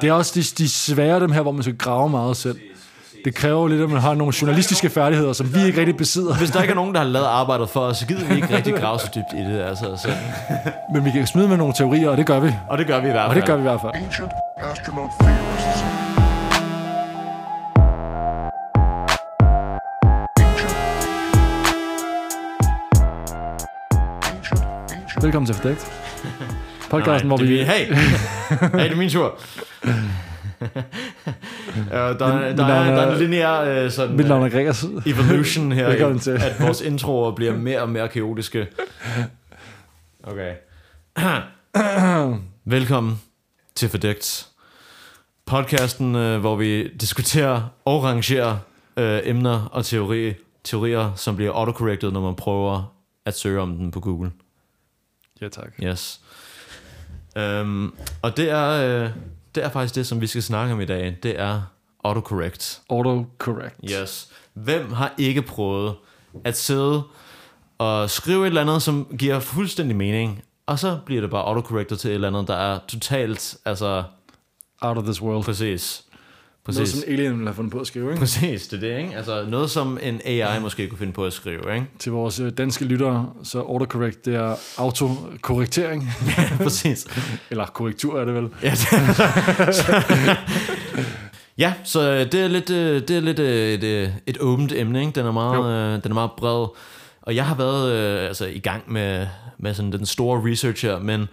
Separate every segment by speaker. Speaker 1: Det er også de, de svære, dem her, hvor man skal grave meget selv. Det kræver jo lidt, at man har nogle journalistiske færdigheder, som vi ikke rigtig besidder.
Speaker 2: Hvis der ikke er nogen, der har lavet arbejdet for os, så gider vi ikke rigtig grave så dybt i det. Altså, så.
Speaker 1: Men vi kan smide med nogle teorier, og det gør vi.
Speaker 2: Og det gør vi i hvert fald.
Speaker 1: Og det gør vi i hvert fald.
Speaker 3: Ancient astronaut theorists. Ancient. Ancient.
Speaker 1: Velkommen til Fordægt. Podcasten, hvor
Speaker 2: det er
Speaker 1: vi...
Speaker 2: min- Hey! hey, det er min tur. Øh, der, der, der,
Speaker 1: mit
Speaker 2: der,
Speaker 1: navn
Speaker 2: er,
Speaker 1: er-
Speaker 2: der er en lineær øh, sådan,
Speaker 1: Mit navn er
Speaker 2: øh,
Speaker 1: Gregers.
Speaker 2: evolution her,
Speaker 1: Velkommen
Speaker 2: i,
Speaker 1: til.
Speaker 2: at vores introer bliver mere og mere kaotiske. Okay. Velkommen til Fordækt. Podcasten, øh, hvor vi diskuterer og rangerer øh, emner og teori, teorier, som bliver autocorrected, når man prøver at søge om den på Google.
Speaker 1: Ja, tak.
Speaker 2: Yes. Øhm, og det er, øh, det er faktisk det, som vi skal snakke om i dag. Det er autocorrect.
Speaker 1: Autocorrect.
Speaker 2: Yes. Hvem har ikke prøvet at sidde og skrive et eller andet, som giver fuldstændig mening, og så bliver det bare autocorrected til et eller andet, der er totalt, altså
Speaker 1: Out of this world.
Speaker 2: præcis.
Speaker 1: Noget,
Speaker 2: Præcis.
Speaker 1: som alien ville have fundet på at skrive, ikke?
Speaker 2: Præcis, det er det, ikke? Altså noget, som en AI måske kunne finde på at skrive, ikke?
Speaker 1: Til vores øh, danske lyttere, så autocorrect, det er autokorrektering.
Speaker 2: præcis.
Speaker 1: Eller korrektur er det vel.
Speaker 2: Ja, det, ja så øh, det er lidt, øh, det er lidt øh, et, øh, et åbent emne, ikke? Den er, meget, øh, den er meget bred. Og jeg har været øh, altså, i gang med, med sådan den store research her, men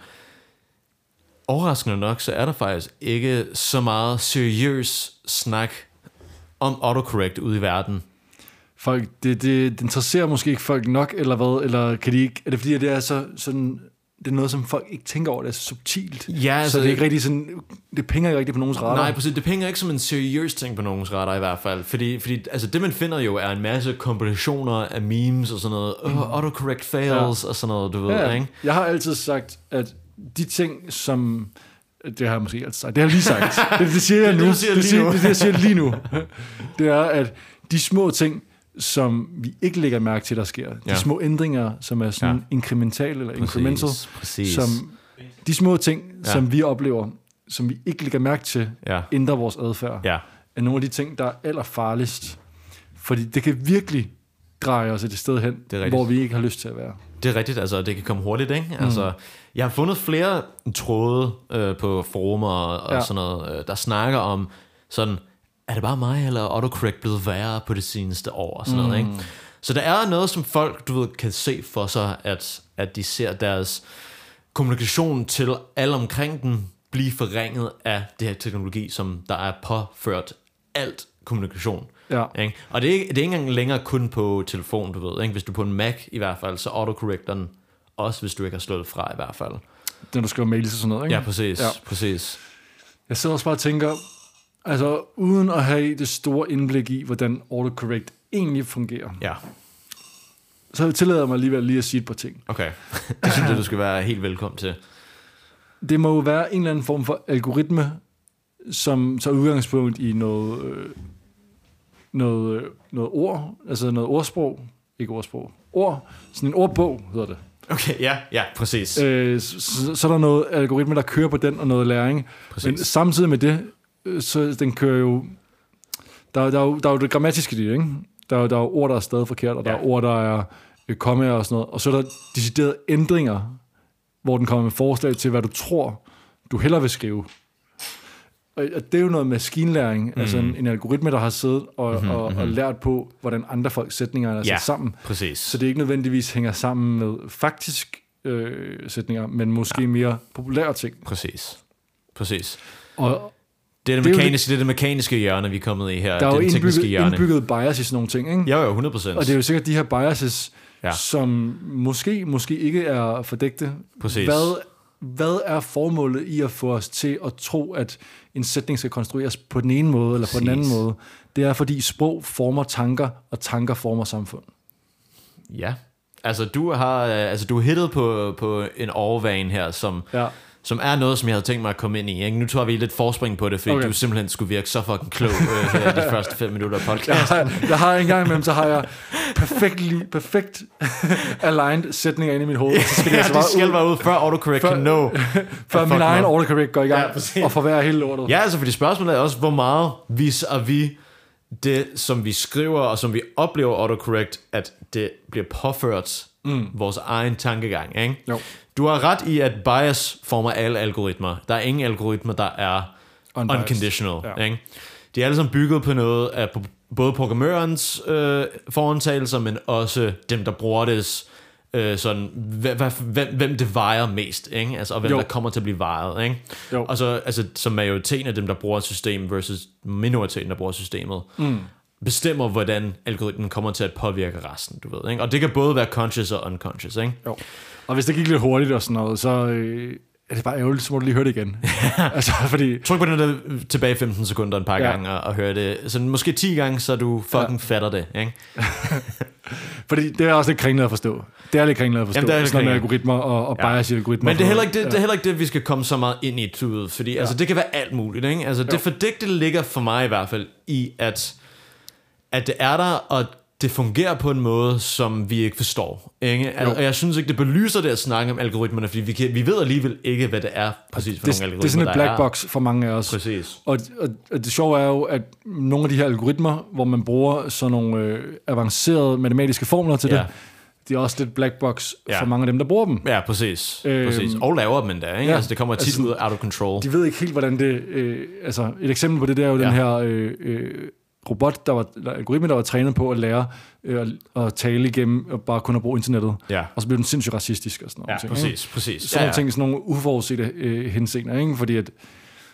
Speaker 2: overraskende nok, så er der faktisk ikke så meget seriøs snak om autocorrect ude i verden.
Speaker 1: Folk, det, det, det interesserer måske ikke folk nok, eller hvad? Eller kan de ikke, er det fordi, at det er så, sådan, det er noget, som folk ikke tænker over, det er så subtilt?
Speaker 2: Ja, altså,
Speaker 1: så det er ikke rigtig sådan, det pinger ikke rigtig på nogens radar.
Speaker 2: Nej, præcis. Det penger ikke som en seriøs ting på nogens retter i hvert fald. Fordi, fordi altså, det, man finder jo, er en masse kompilationer af memes og sådan noget. Mm. autocorrect fails ja. og sådan noget, du ved, ja. ikke?
Speaker 1: Jeg har altid sagt, at de ting, som... Det har jeg måske ikke altid sagt. Det har jeg lige sagt. Det, det siger jeg
Speaker 2: Det
Speaker 1: nu.
Speaker 2: er det, du siger
Speaker 1: det,
Speaker 2: lige
Speaker 1: siger,
Speaker 2: nu.
Speaker 1: det, er det, jeg siger lige nu. Det er, at de små ting, som vi ikke lægger mærke til, der sker. De
Speaker 2: Ja.
Speaker 1: små ændringer, som er sådan
Speaker 2: Ja.
Speaker 1: ja. inkrementale eller præcis, incremental.
Speaker 2: Præcis, præcis.
Speaker 1: Som, de små ting,
Speaker 2: Ja.
Speaker 1: ja. som vi oplever, som vi ikke lægger mærke til,
Speaker 2: Ja.
Speaker 1: ændrer vores adfærd.
Speaker 2: ja.
Speaker 1: Er nogle af de ting, der er allerfarligst. Fordi det kan virkelig dreje os et sted hen,
Speaker 2: er rigtigt.
Speaker 1: hvor vi ikke har lyst til at være.
Speaker 2: Det er rigtigt, altså det kan komme hurtigt, ikke? Altså, jeg har fundet flere tråde øh, på forumer og, og ja.
Speaker 1: Ja.
Speaker 2: sådan noget, øh, der snakker om sådan, er det bare mig, eller er autocorrect blevet værre på det seneste år, og sådan mm. noget, ikke? Så der er noget, som folk, du ved, kan se for sig, at, at de ser deres kommunikation til alle omkring den blive forringet af det her teknologi, som der er påført alt kommunikation.
Speaker 1: Ja.
Speaker 2: Ikke? Og det er, ikke, det er ikke engang længere kun på telefon, du ved. Ikke? Hvis du er på en Mac i hvert fald, så autocorrecter den også, hvis du ikke har slået fra i hvert fald.
Speaker 1: når du skriver mails og sådan noget, ikke?
Speaker 2: Ja, præcis. Ja.
Speaker 1: Ja.
Speaker 2: præcis.
Speaker 1: Jeg sidder også bare og tænker, altså uden at have det store indblik i, hvordan autocorrect egentlig fungerer,
Speaker 2: Ja,
Speaker 1: så tillader jeg mig alligevel lige at sige et par ting.
Speaker 2: okay. Det synes jeg, du skal være helt velkommen til.
Speaker 1: Det må jo være en eller anden form for algoritme, som tager udgangspunkt i noget, øh, noget, øh, noget ord, altså noget ordsprog, ikke ordsprog, ord, sådan en ordbog hedder det.
Speaker 2: Okay, ja, ja, præcis.
Speaker 1: Øh, så, så er der noget algoritme, der kører på den, og noget læring.
Speaker 2: Præcis.
Speaker 1: Men samtidig med det, øh, så den kører jo... Der, der, er, jo, der er jo det grammatiske i det, ikke? Der, er- der er jo ord, der er stadig forkert, og der
Speaker 2: Ja.
Speaker 1: er ord, der er øh, kommaer og sådan noget. Og så er der deciderede ændringer, hvor den kommer med forslag til, hvad du tror, du hellere vil skrive. Og og det er jo noget maskinlæring, mm. altså en, en algoritme, der har siddet og, mm-hmm, og, og lært på, hvordan andre folks sætninger er
Speaker 2: Mhm, ja,
Speaker 1: sat sammen.
Speaker 2: præcis.
Speaker 1: Så det ikke nødvendigvis hænger sammen med faktisk øh, sætninger, men måske ja. mere populære ting.
Speaker 2: Præcis. Præcis.
Speaker 1: Og
Speaker 2: Det er det,
Speaker 1: Det er jo
Speaker 2: mekaniske, det er det mekaniske hjørne, vi er kommet i her.
Speaker 1: der er jo
Speaker 2: det er den tekniske
Speaker 1: indbygget,
Speaker 2: hjørne.
Speaker 1: indbygget bias i sådan nogle ting, ikke?
Speaker 2: Ja, jo, 100 procent.
Speaker 1: Og det er jo sikkert de her biases,
Speaker 2: Ja.
Speaker 1: ja. som måske, måske ikke er fordægte.
Speaker 2: Præcis.
Speaker 1: Hvad, hvad er formålet i at få os til at tro, at en sætning skal konstrueres på den ene måde eller på den anden
Speaker 2: Præcis.
Speaker 1: måde? Det er, fordi sprog former tanker, og tanker former samfund.
Speaker 2: Ja. Altså, du har øh, altså, du er hittet på, på en overvane her, som,
Speaker 1: Ja.
Speaker 2: som er noget, som jeg havde tænkt mig at komme ind i. Ikke? Nu tror vi lidt forspring på det, fordi
Speaker 1: Okay.
Speaker 2: okay. du simpelthen skulle virke så fucking klog øh, her i de første fem minutter af
Speaker 1: Jeg
Speaker 2: podcasten.
Speaker 1: har, jeg har en gang imellem, så har jeg perfekt, li- perfekt aligned sætninger inde i mit hoved, så skal
Speaker 2: Ja,
Speaker 1: jeg svare
Speaker 2: det skal
Speaker 1: ud,
Speaker 2: være ud, før autocorrect
Speaker 1: Før-
Speaker 2: kan nå.
Speaker 1: før
Speaker 2: fuck
Speaker 1: min egen
Speaker 2: mig.
Speaker 1: autocorrect går i gang,
Speaker 2: Ja, præcis.
Speaker 1: og forværrer hele lortet.
Speaker 2: Ja, altså fordi spørgsmålet er også, hvor meget viser vi det, som vi skriver og som vi oplever autocorrect, at det bliver påført mm. vores egen tankegang, ikke?
Speaker 1: Jo.
Speaker 2: Du har ret i, at bias former alle algoritmer. Der er ingen algoritmer, der er
Speaker 1: Unbiased.
Speaker 2: Unbiased. unconditional.
Speaker 1: Ja.
Speaker 2: Ja. Ikke? De er alle sammen bygget på noget af på- både programmørens øh, forantagelser, men også dem, der bruger det, øh, sådan, hvem, hvem, hvem det vejer mest, ikke? Altså, og hvem
Speaker 1: Jo.
Speaker 2: jo. der kommer til at blive vejet. Ikke?
Speaker 1: Jo.
Speaker 2: Og så, altså, som majoriteten af dem, der bruger et system versus minoriteten, der bruger systemet, mm. bestemmer, hvordan algoritmen kommer til at påvirke resten, du ved. Ikke? Og det kan både være conscious og unconscious. Ikke?
Speaker 1: Jo. Og hvis det gik lidt hurtigt og sådan noget, så øh, er det bare ærgerligt, så må du lige høre det igen. altså, fordi
Speaker 2: Tryk på den der øh, tilbage 15 sekunder en par
Speaker 1: Ja.
Speaker 2: ja. gange og, og hør det. Så måske 10 gange, så du fucking ja. fatter det. Ikke?
Speaker 1: Fordi det er også lidt kringlet at forstå. Det er lidt kringlet at forstå.
Speaker 2: Jamen, det er lidt
Speaker 1: sådan noget med
Speaker 2: kringlet.
Speaker 1: algoritmer og, og bias i algoritmer.
Speaker 2: Men det er, heller ikke det, det er heller ikke det, vi skal komme så meget ind i, du ved, fordi ja. altså, det kan være alt muligt. Ikke? Altså, det fordigte ligger for mig i hvert fald i, at, at det er der, og det fungerer på en måde, som vi ikke forstår. Ikke? Al-
Speaker 1: Jo.
Speaker 2: og jeg synes ikke, det belyser det at snakke om algoritmerne, fordi vi, kan, vi ved alligevel ikke, hvad det er præcis for
Speaker 1: det,
Speaker 2: nogle algoritmer,
Speaker 1: det er sådan et black
Speaker 2: der
Speaker 1: box for mange af os.
Speaker 2: Præcis.
Speaker 1: Og, og, og det sjove er jo, at nogle af de her algoritmer, hvor man bruger sådan nogle øh, avancerede matematiske formler til
Speaker 2: Ja.
Speaker 1: det, det er også lidt black box
Speaker 2: Ja.
Speaker 1: for mange af dem, der bruger dem.
Speaker 2: Ja, præcis.
Speaker 1: Øhm,
Speaker 2: præcis. Og laver dem endda. Ikke?
Speaker 1: ja.
Speaker 2: Ja, altså, det kommer tit
Speaker 1: Altså,
Speaker 2: altså, ud af out of control.
Speaker 1: De ved ikke helt, hvordan det... Øh, altså, et eksempel på det, det er jo ja.
Speaker 2: Ja.
Speaker 1: den her øh, øh, robot, der var, eller algoritme, der var trænet på at lære øh, at- at tale igennem, og bare kun at bruge internettet.
Speaker 2: Ja.
Speaker 1: Og så blev den sindssygt racistisk og sådan noget.
Speaker 2: ja, præcis. præcis.
Speaker 1: sådan
Speaker 2: ja,
Speaker 1: ja,
Speaker 2: ja.
Speaker 1: ting, sådan nogle uforudsete øh, henseender, ikke? Fordi at,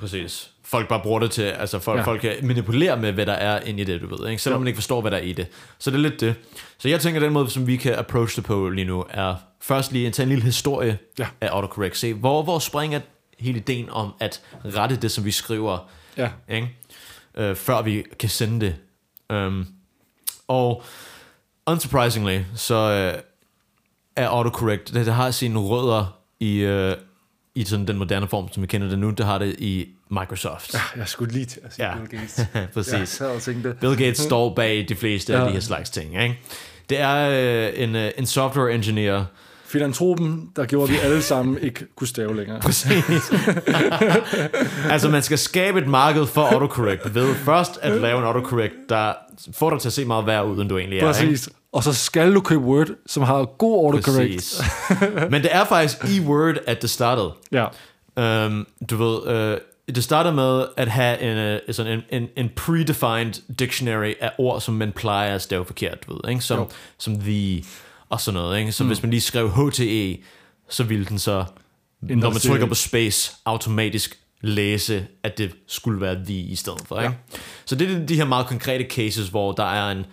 Speaker 2: Præcis. Folk bare bruger det til, altså folk,
Speaker 1: Ja.
Speaker 2: ja. folk kan manipulere med, hvad der er inde i det, du ved, ikke? selvom man ikke forstår, hvad der er i det. Så det er lidt det. Så jeg tænker, den måde, som vi kan approach det på lige nu, er først lige at tage en lille historie
Speaker 1: Ja.
Speaker 2: ja. af autocorrect. Se, hvor, hvor springer hele ideen om at rette det, som vi skriver,
Speaker 1: ja,
Speaker 2: ikke? Øh, før vi kan sende det. Um, og unsurprisingly, så øh, er autocorrect, det, det har sine rødder i, øh, i sådan den moderne form, som vi kender det nu, det har det i Microsoft.
Speaker 1: jeg skulle lige til at sige
Speaker 2: Ja.
Speaker 1: Bill Gates.
Speaker 2: Præcis.
Speaker 1: Ja, jeg tænkte det.
Speaker 2: Bill Gates står bag de fleste
Speaker 1: Ja.
Speaker 2: af de her slags ting. Ikke? Det er øh, en, øh, en software engineer,
Speaker 1: Filantropen, der gjorde, at vi alle sammen ikke kunne stave længere.
Speaker 2: Præcis. altså, man skal skabe et marked for autocorrect ved først at lave en autocorrect, der får dig til at se meget værre ud, end du egentlig er. Ikke?
Speaker 1: Præcis. Og så skal du købe Word, som har god autocorrect.
Speaker 2: Præcis. Men det er faktisk i Word, at det startede.
Speaker 1: Ja.
Speaker 2: Um, du ved, øh, det starter med at have en, uh, sådan en, en, en predefined dictionary af ord, som man plejer at stave forkert, du ved, ikke? Som,
Speaker 1: Jo.
Speaker 2: som the og sådan noget. Ikke? Så mm. hvis man lige skrev HTE, så ville den så, når man
Speaker 1: Indredstere.
Speaker 2: trykker på space, automatisk læse, at det skulle være the i stedet for. Ikke? Så det er de her meget konkrete cases, hvor der er en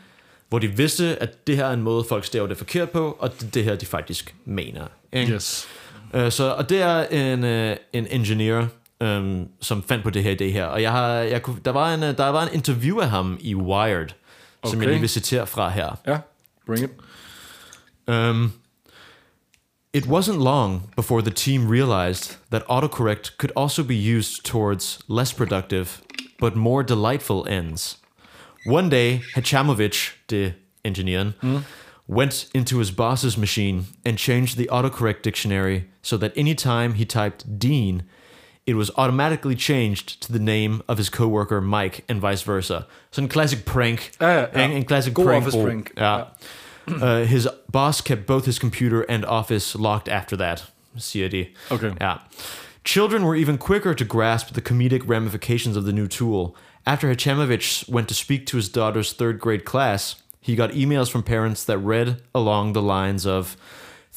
Speaker 2: hvor de vidste, at det her er en måde, folk staver det forkert på, og det, det her, de faktisk mener. Ikke?
Speaker 1: Yes.
Speaker 2: Øh, så, og det er en, øh, en engineer, øhm, som fandt på det her idé her. Og jeg har, jeg kunne, der, var en, øh, der var en interview af ham i Wired, okay. som jeg
Speaker 1: Okay.
Speaker 2: lige vil citere fra her.
Speaker 1: Ja. Bring it.
Speaker 2: Um, it wasn't long before the team realized that autocorrect could also be used towards less productive but more delightful ends. One day, Hachamovich, the engineer,
Speaker 1: Hmm?
Speaker 2: went into his boss's machine and changed the autocorrect dictionary so that any time he typed Dean, it was automatically changed to the name of his coworker Mike and vice versa. So in classic prank,
Speaker 1: Ja, ja, ja.
Speaker 2: en, en classic
Speaker 1: God Uh,
Speaker 2: prank,
Speaker 1: office
Speaker 2: hvor-
Speaker 1: prank.
Speaker 2: Ja. Uh, his boss kept both his computer and office locked after that. CID.
Speaker 1: Okay.
Speaker 2: Yeah. Children were even quicker to grasp the comedic ramifications of the new tool. After Hachamovich went to speak to his daughter's third grade class, he got emails from parents that read along the lines of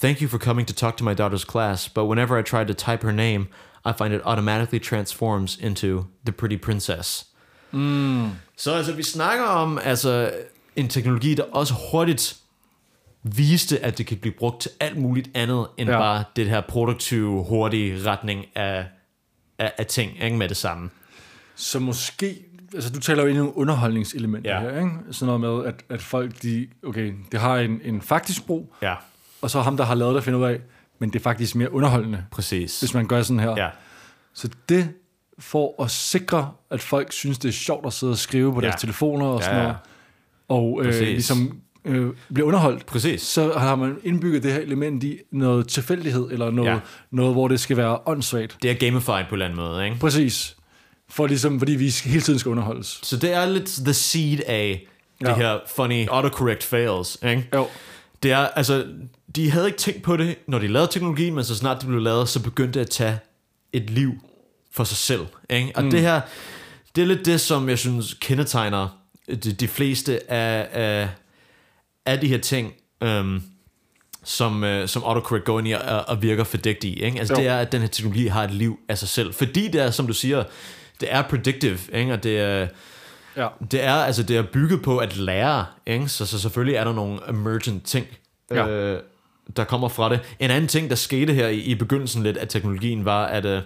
Speaker 2: Thank you for coming to talk to my daughter's class, but whenever I try to type her name, I find it automatically transforms into the pretty princess. Så altså, vi snakker om altså, en teknologi, der også hurtigt viste, at det kan blive brugt til alt muligt andet, end
Speaker 1: Ja.
Speaker 2: ja. bare det her produktive, hurtige retning af, af, af ting ikke? med det samme.
Speaker 1: Så måske, altså du taler jo ind i nogle underholdningselementer ja.
Speaker 2: Ja.
Speaker 1: her, ikke? Sådan noget med, at, at folk, de, okay, det har en, en faktisk brug,
Speaker 2: Ja.
Speaker 1: og så ham, der har lavet det, finder ud af, men det er faktisk mere underholdende,
Speaker 2: Præcis.
Speaker 1: hvis man gør sådan her.
Speaker 2: Ja,
Speaker 1: Så det for at sikre, at folk synes, det er sjovt at sidde og skrive på
Speaker 2: Ja.
Speaker 1: ja. deres telefoner og sådan
Speaker 2: Ja,
Speaker 1: ja.
Speaker 2: ja.
Speaker 1: noget, og øh,
Speaker 2: Præcis.
Speaker 1: ligesom øh, bliver underholdt,
Speaker 2: præcis.
Speaker 1: så har man indbygget det her element i noget tilfældighed, eller noget,
Speaker 2: Ja.
Speaker 1: ja. noget hvor det skal være åndssvagt.
Speaker 2: Det er gamified på en eller anden måde, ikke?
Speaker 1: Præcis. For ligesom, fordi vi skal- hele tiden skal underholdes.
Speaker 2: Så det er lidt the seed af ja.
Speaker 1: Ja.
Speaker 2: det her funny autocorrect fails, ikke?
Speaker 1: Jo.
Speaker 2: Det er, altså, de havde ikke tænkt på det, når de lavede teknologien, men så snart det blev lavet, så begyndte det at tage et liv for sig selv. Ikke? Og mm. det her, det er lidt det, som jeg synes kendetegner de, de fleste af, af, af de her ting, øhm, som, øh, som autocorrect går ind i og, og virker fordækt i. Ikke? Altså,
Speaker 1: Jo.
Speaker 2: det er, at den her teknologi har et liv af sig selv. Fordi det er, som du siger, det er predictive, ikke? og det er... Øh,
Speaker 1: Ja.
Speaker 2: det er altså det er bygget på at lære, ikke? Så, så selvfølgelig er der nogle emergent ting, ja.
Speaker 1: Ja.
Speaker 2: øh, der kommer fra det. En anden ting, der skete her i, i begyndelsen lidt af teknologien, var at, øh,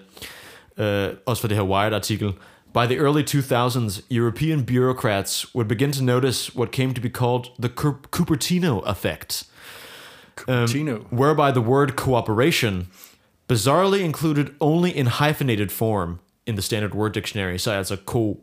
Speaker 2: øh, også for det her Wired-artikel, By the early 2000s, European bureaucrats would begin to notice what came to be called the Cu- Cupertino effect, Øhm.
Speaker 1: Tino.
Speaker 2: whereby the word cooperation bizarrely included only in hyphenated form in the standard word dictionary, så altså co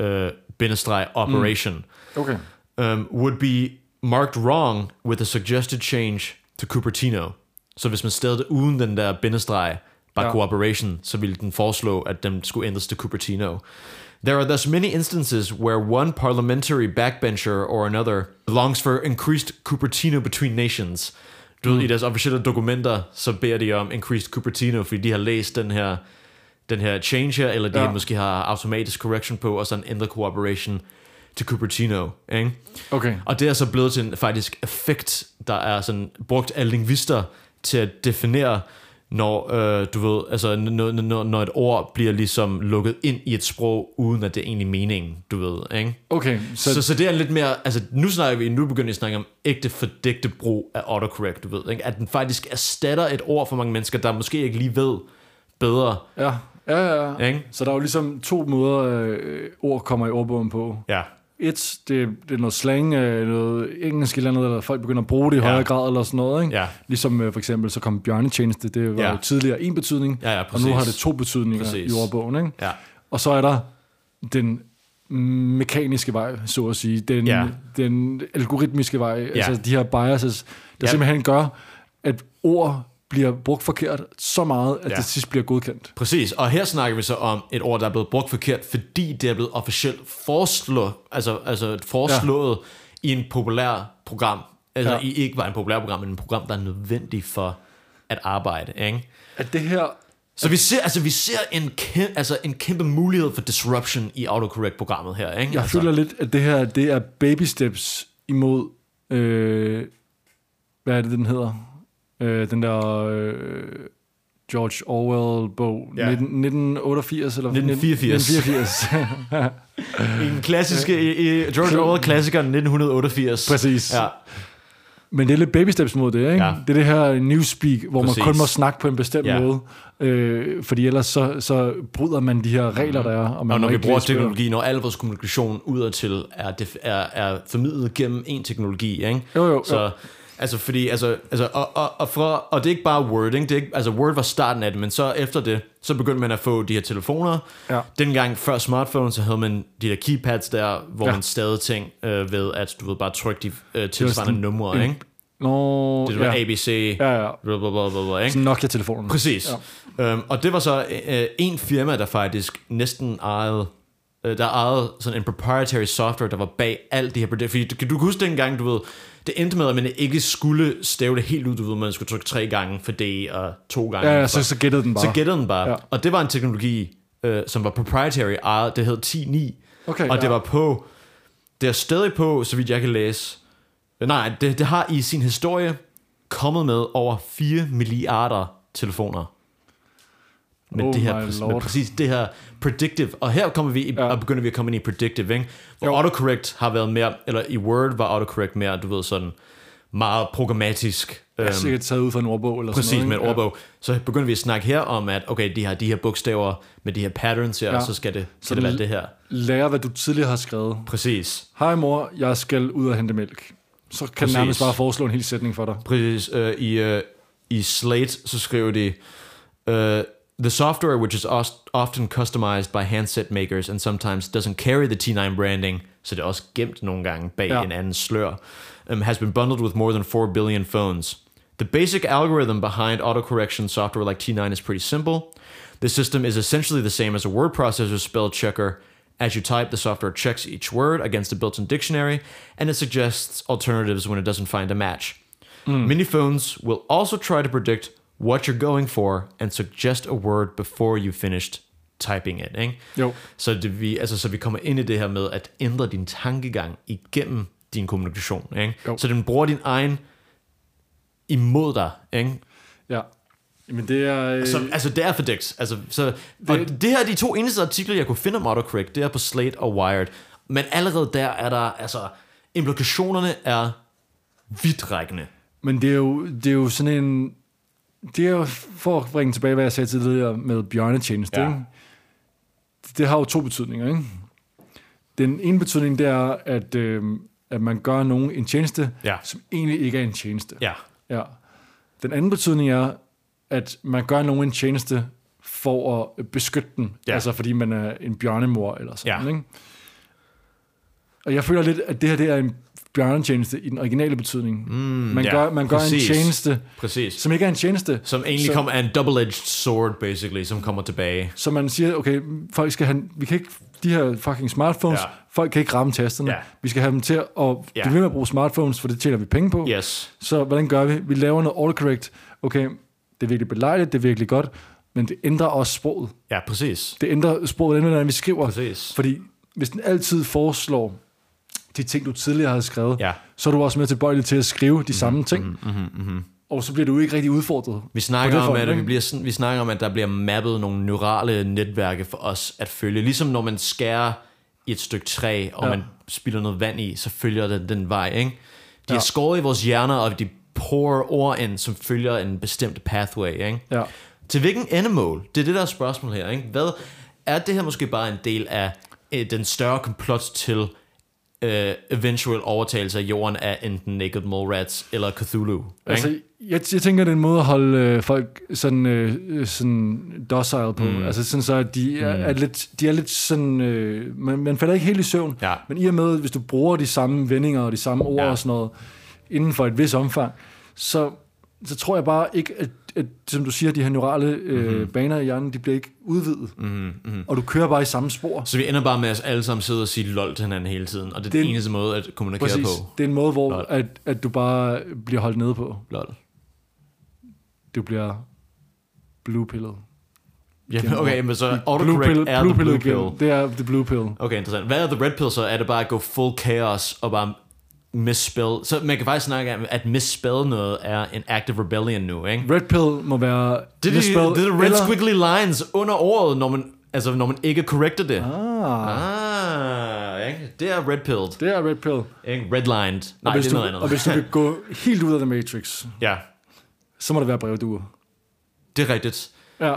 Speaker 2: øh, bindestreg operation.
Speaker 1: Okay.
Speaker 2: um, would be marked wrong with a suggested change to Cupertino. Så hvis man stillede det uden den der bindestreg, bare ja.
Speaker 1: Ja.
Speaker 2: cooperation, så ville den foreslå, at den skulle ændres til Cupertino. There are thus many instances where one parliamentary backbencher or another longs for increased Cupertino between nations. Du ved, i deres officielle dokumenter, så beder de om increased Cupertino, fordi de har læst den her, den her change her, eller de
Speaker 1: Ja.
Speaker 2: ja. måske har automatisk correction på, og sådan ændrer cooperation til Cupertino. Ikke?
Speaker 1: Okay.
Speaker 2: Og det er så blevet til en faktisk effekt, der er sådan brugt af lingvister til at definere, når, øh, du ved, altså, når, når, når et ord bliver ligesom lukket ind i et sprog, uden at det er egentlig meningen, du ved. Ikke?
Speaker 1: Okay.
Speaker 2: Så,
Speaker 1: Så,
Speaker 2: så, så det er lidt mere, altså nu snakker vi, nu begynder vi at snakke om ægte fordægte brug af autocorrect, du ved, ikke? at den faktisk erstatter et ord for mange mennesker, der måske ikke lige ved bedre,
Speaker 1: ja. Ja, ja, ja.
Speaker 2: ikke?
Speaker 1: Så der er jo ligesom to måder, øh, ord kommer i ordbogen på.
Speaker 2: Ja,
Speaker 1: Et, det, det er noget slang, øh, noget engelsk eller andet, eller folk begynder at bruge det i
Speaker 2: Ja.
Speaker 1: ja. højere grad eller sådan noget. Ikke?
Speaker 2: Ja.
Speaker 1: Ligesom øh, for eksempel, så kom bjørnetjeneste, det var
Speaker 2: Ja.
Speaker 1: ja. jo tidligere en betydning,
Speaker 2: Ja, ja,
Speaker 1: og
Speaker 2: præcis.
Speaker 1: nu har det to betydninger
Speaker 2: Præcis.
Speaker 1: præcis. i ordbogen. Ikke?
Speaker 2: ja,
Speaker 1: Og så er der den mekaniske vej, så at sige. Den,
Speaker 2: Ja.
Speaker 1: ja. den algoritmiske vej. Ja. Altså de her biases, der
Speaker 2: Ja.
Speaker 1: ja. simpelthen gør, at ord bliver brugt forkert så meget, at
Speaker 2: Ja.
Speaker 1: ja. det sidst bliver godkendt.
Speaker 2: Præcis, og her snakker vi så om et ord, der er blevet brugt forkert, fordi det er blevet officielt foreslået, altså, altså foreslået ja. i en populær program. Altså ja.
Speaker 1: Ja.
Speaker 2: i ikke var en populær program, men en program, der er nødvendig for at arbejde. Ikke?
Speaker 1: At det her...
Speaker 2: Så vi ser, altså, vi ser en, kæmpe, altså, en kæmpe mulighed for disruption i autocorrect-programmet her. Ikke?
Speaker 1: Jeg
Speaker 2: altså,
Speaker 1: altså. føler lidt, at det her det er baby steps imod... Øh, hvad er det, den hedder? Øh, den der... Øh, George Orwell-bog,
Speaker 2: Ja.
Speaker 1: ja. 19, 1988 eller
Speaker 2: 1984.
Speaker 1: 1984.
Speaker 2: en klassiske, i- i George Orwell-klassikeren 1988.
Speaker 1: Præcis.
Speaker 2: Ja,
Speaker 1: Men det er lidt baby steps mod det, ikke?
Speaker 2: Ja.
Speaker 1: Ja. Det er det her newspeak, hvor
Speaker 2: Præcis.
Speaker 1: man kun må snakke på en bestemt
Speaker 2: Ja.
Speaker 1: ja. måde. Øh, fordi ellers så, så bryder man de her regler, der er. Og, man
Speaker 2: Og når
Speaker 1: må
Speaker 2: vi
Speaker 1: ikke
Speaker 2: bruger
Speaker 1: læse bøger.
Speaker 2: teknologi, når al vores kommunikation udadtil er, def- er, er formidlet gennem en teknologi, ikke?
Speaker 1: Jo, jo,
Speaker 2: Så,
Speaker 1: jo.
Speaker 2: Altså fordi, altså, altså og, og, og, fra, og det er ikke bare wording, det er ikke, altså Word var starten af det, men så efter det, så begyndte man at få de her telefoner.
Speaker 1: Ja.
Speaker 2: Dengang før smartphone, så havde man de der keypads der, hvor ja.
Speaker 1: Ja.
Speaker 2: man stadig ting øh, ved, at du ved bare trykke de øh, tilsvarende
Speaker 1: sådan
Speaker 2: numre, ikke?
Speaker 1: Nå,
Speaker 2: Det var
Speaker 1: ja.
Speaker 2: ABC,
Speaker 1: Ja, ja.
Speaker 2: bla, bla, bla, bla, bla, ikke?
Speaker 1: Sådan Nokia-telefonen.
Speaker 2: Præcis. Ja. Øhm, og det var så øh, en firma, der faktisk næsten ejede, øh, der ejede sådan en proprietary software, der var bag alt det her projekt. Fordi du, du kan huske dengang, du ved, det endte med, at man ikke skulle stave det helt ud, du ved, man skulle trykke tre gange for D og to gange.
Speaker 1: Ja, ja,
Speaker 2: for-
Speaker 1: så, så gættede den bare.
Speaker 2: så gættede den bare. Ja.
Speaker 1: Ja.
Speaker 2: Og det var en teknologi, øh, som var proprietary ejet, det hed 10.9.
Speaker 1: Okay,
Speaker 2: og det
Speaker 1: ja.
Speaker 2: var på, det er stadig på, så vidt jeg kan læse. Øh, Nej, det, det har i sin historie kommet med over 4 milliarder telefoner. Men,
Speaker 1: Oh
Speaker 2: det her,
Speaker 1: my
Speaker 2: præ-
Speaker 1: lord.
Speaker 2: men præcis det her predictive, og her kommer vi i, ja.
Speaker 1: Ja.
Speaker 2: og begynder vi at komme ind i predictive, ikke? hvor
Speaker 1: Jo.
Speaker 2: autocorrect har været mere, eller i Word var autocorrect mere, du ved sådan, meget programmatisk.
Speaker 1: Ja,
Speaker 2: øhm,
Speaker 1: sikkert taget ud fra en ordbog eller
Speaker 2: Præcis,
Speaker 1: sådan
Speaker 2: med
Speaker 1: noget.
Speaker 2: et
Speaker 1: ikke?
Speaker 2: ordbog. Så begynder vi at snakke her om, at okay, de har de her bogstaver med de her patterns her, ja.
Speaker 1: Ja.
Speaker 2: og så skal det, skal
Speaker 1: Så
Speaker 2: det være
Speaker 1: l-
Speaker 2: det her.
Speaker 1: Ja. Lære, hvad du tidligere har skrevet.
Speaker 2: Præcis.
Speaker 1: Hej mor, jeg skal ud og hente mælk. Så kan
Speaker 2: Præcis.
Speaker 1: den nærmest bare foreslå en hel sætning for dig.
Speaker 2: Præcis. Øh, i, øh, i Slate, så skriver de, uh, The software, which is os- often customized by handset makers and sometimes doesn't carry the T9 branding, så det er også gemt nogle gange bag
Speaker 1: Ja.
Speaker 2: en anden slør, um, has been bundled with more than 4 billion phones. The basic algorithm behind autocorrection software like T9 is pretty simple. The system is essentially the same as a word processor spell checker. As you type, the software checks each word against a built in dictionary and it suggests alternatives when it doesn't find a match. Many phones will also try to predict what you're going for and suggest a word before you finished typing it. Ikke?
Speaker 1: Jo.
Speaker 2: Så, det, vi, altså, så vi kommer ind i det her med at ændre din tankegang igennem din kommunikation. Ikke?
Speaker 1: Jo.
Speaker 2: Så den bruger din egen imod dig. Ikke?
Speaker 1: Ja. Men det er... Øh,
Speaker 2: Så, altså, det er fordækt. Altså, så, det, og det her er de to eneste artikler, jeg kunne finde om autocorrect. Det er på Slate og Wired. Men allerede der er der, altså, implikationerne er vidtrækkende.
Speaker 1: Men det er, jo, det er jo sådan en... Det er jo, for at bringe tilbage, hvad jeg sagde tidligere med bjørnetjeneste, ja.
Speaker 2: Ja.
Speaker 1: ikke? det har jo to betydninger. Ikke? Den ene betydning, det er, at, øh, at man gør nogen en tjeneste,
Speaker 2: Ja.
Speaker 1: som egentlig ikke er en tjeneste.
Speaker 2: Ja.
Speaker 1: Ja. Den anden betydning er, at man gør nogen en tjeneste for at beskytte dem.
Speaker 2: Ja.
Speaker 1: Ja. Altså fordi man er en bjørnemor eller sådan.
Speaker 2: Ja.
Speaker 1: Ikke? Og jeg føler lidt, at det her det er en bjørnetjeneste i den originale betydning. Mm, man,
Speaker 2: ja,
Speaker 1: gør, man gør en
Speaker 2: præcis.
Speaker 1: tjeneste,
Speaker 2: Præcis.
Speaker 1: som ikke er en tjeneste.
Speaker 2: Som egentlig
Speaker 1: Så-
Speaker 2: kommer af en double-edged sword, basically, som kommer tilbage.
Speaker 1: Så man siger, okay, folk skal have, vi kan ikke, de her fucking smartphones,
Speaker 2: Ja.
Speaker 1: ja. folk kan ikke ramme tasterne.
Speaker 2: Ja.
Speaker 1: Vi skal have dem til at
Speaker 2: Ja.
Speaker 1: ja. blive ved med at bruge smartphones, for det tjener vi penge på.
Speaker 2: Yes.
Speaker 1: Så hvordan gør vi? Vi laver noget autocorrect. Okay, det er virkelig belejligt, det er virkelig godt, men det ændrer også sproget.
Speaker 2: Ja, præcis.
Speaker 1: Det ændrer sproget, den hvordan vi skriver.
Speaker 2: Præcis.
Speaker 1: Fordi hvis den altid foreslår de ting, du tidligere havde skrevet,
Speaker 2: Ja.
Speaker 1: så er du også mere tilbøjelig til at skrive de mm-hmm, samme ting. Mm-hmm, mm-hmm. Og så bliver du ikke rigtig udfordret.
Speaker 2: Vi
Speaker 1: på
Speaker 2: snakker,
Speaker 1: det
Speaker 2: om,
Speaker 1: front,
Speaker 2: at vi,
Speaker 1: ikke?
Speaker 2: bliver sådan, vi snakker om, at der bliver mappet nogle neurale netværke for os at følge. Ligesom når man skærer i et stykke træ, og ja.
Speaker 1: Ja.
Speaker 2: man spilder noget vand i, så følger den den vej. Ikke? De ja. er
Speaker 1: Ja.
Speaker 2: skåret i vores hjerner, og de porer ord ind, som følger en bestemt pathway. Ikke?
Speaker 1: Ja.
Speaker 2: Til hvilken endemål? Det er det, der er spørgsmålet her. Ikke? Hvad, er det her måske bare en del af øh, den større komplot til øh, eventual overtagelse af jorden af enten Naked Mole Rats eller Cthulhu? Ikke?
Speaker 1: Altså, jeg, jeg tænker, det er en måde at holde øh, folk sådan, øh, øh, sådan docile på. Mm. Altså sådan så, at de er, mm. er, lidt, de er lidt sådan... Øh, man, man falder ikke helt i søvn,
Speaker 2: Ja.
Speaker 1: men i og med, hvis du bruger de samme vendinger og de samme ord
Speaker 2: Ja.
Speaker 1: ja. og sådan noget, inden for et vis omfang, så, så tror jeg bare ikke, at, at som du siger, de her neurale øh,
Speaker 2: Mhm.
Speaker 1: mm-hmm. baner i hjernen, de bliver ikke udvidet. Mm-hmm. Og du kører bare i samme spor.
Speaker 2: Så vi ender bare med at alle sammen sidde og sige lol til hinanden hele tiden, og det er
Speaker 1: Det er
Speaker 2: den
Speaker 1: en-
Speaker 2: eneste måde at kommunikere
Speaker 1: Præcis.
Speaker 2: på.
Speaker 1: Det er en måde, hvor
Speaker 2: Lol.
Speaker 1: at, at du bare bliver holdt nede på.
Speaker 2: Lol.
Speaker 1: Du bliver bluepillet.
Speaker 2: Jamen, okay, men så
Speaker 1: blue pill,
Speaker 2: autocorrect er the
Speaker 1: blue
Speaker 2: blue
Speaker 1: pill,
Speaker 2: pill.
Speaker 1: pill. Det er the blue pill.
Speaker 2: Okay, interessant. Hvad er the red pill så? Er det bare at gå full chaos og bare misspell? Så man kan faktisk snakke om, at misspell noget er en active rebellion nu, ikke?
Speaker 1: Red pill må være
Speaker 2: Det er de,
Speaker 1: misspell,
Speaker 2: det er de red
Speaker 1: eller-
Speaker 2: squiggly lines under ordet, når man, altså, når man ikke correcter det. Ah.
Speaker 1: Ah,
Speaker 2: ah ikke? Det er red pilled.
Speaker 1: det er red pill.
Speaker 2: Ikke? Redlined.
Speaker 1: Og
Speaker 2: Nej, det
Speaker 1: hvis
Speaker 2: er
Speaker 1: du,
Speaker 2: noget andet.
Speaker 1: Og hvis du vil gå helt ud af The Matrix,
Speaker 2: ja,
Speaker 1: så må det være brevduer.
Speaker 2: det er rigtigt.
Speaker 1: Ja,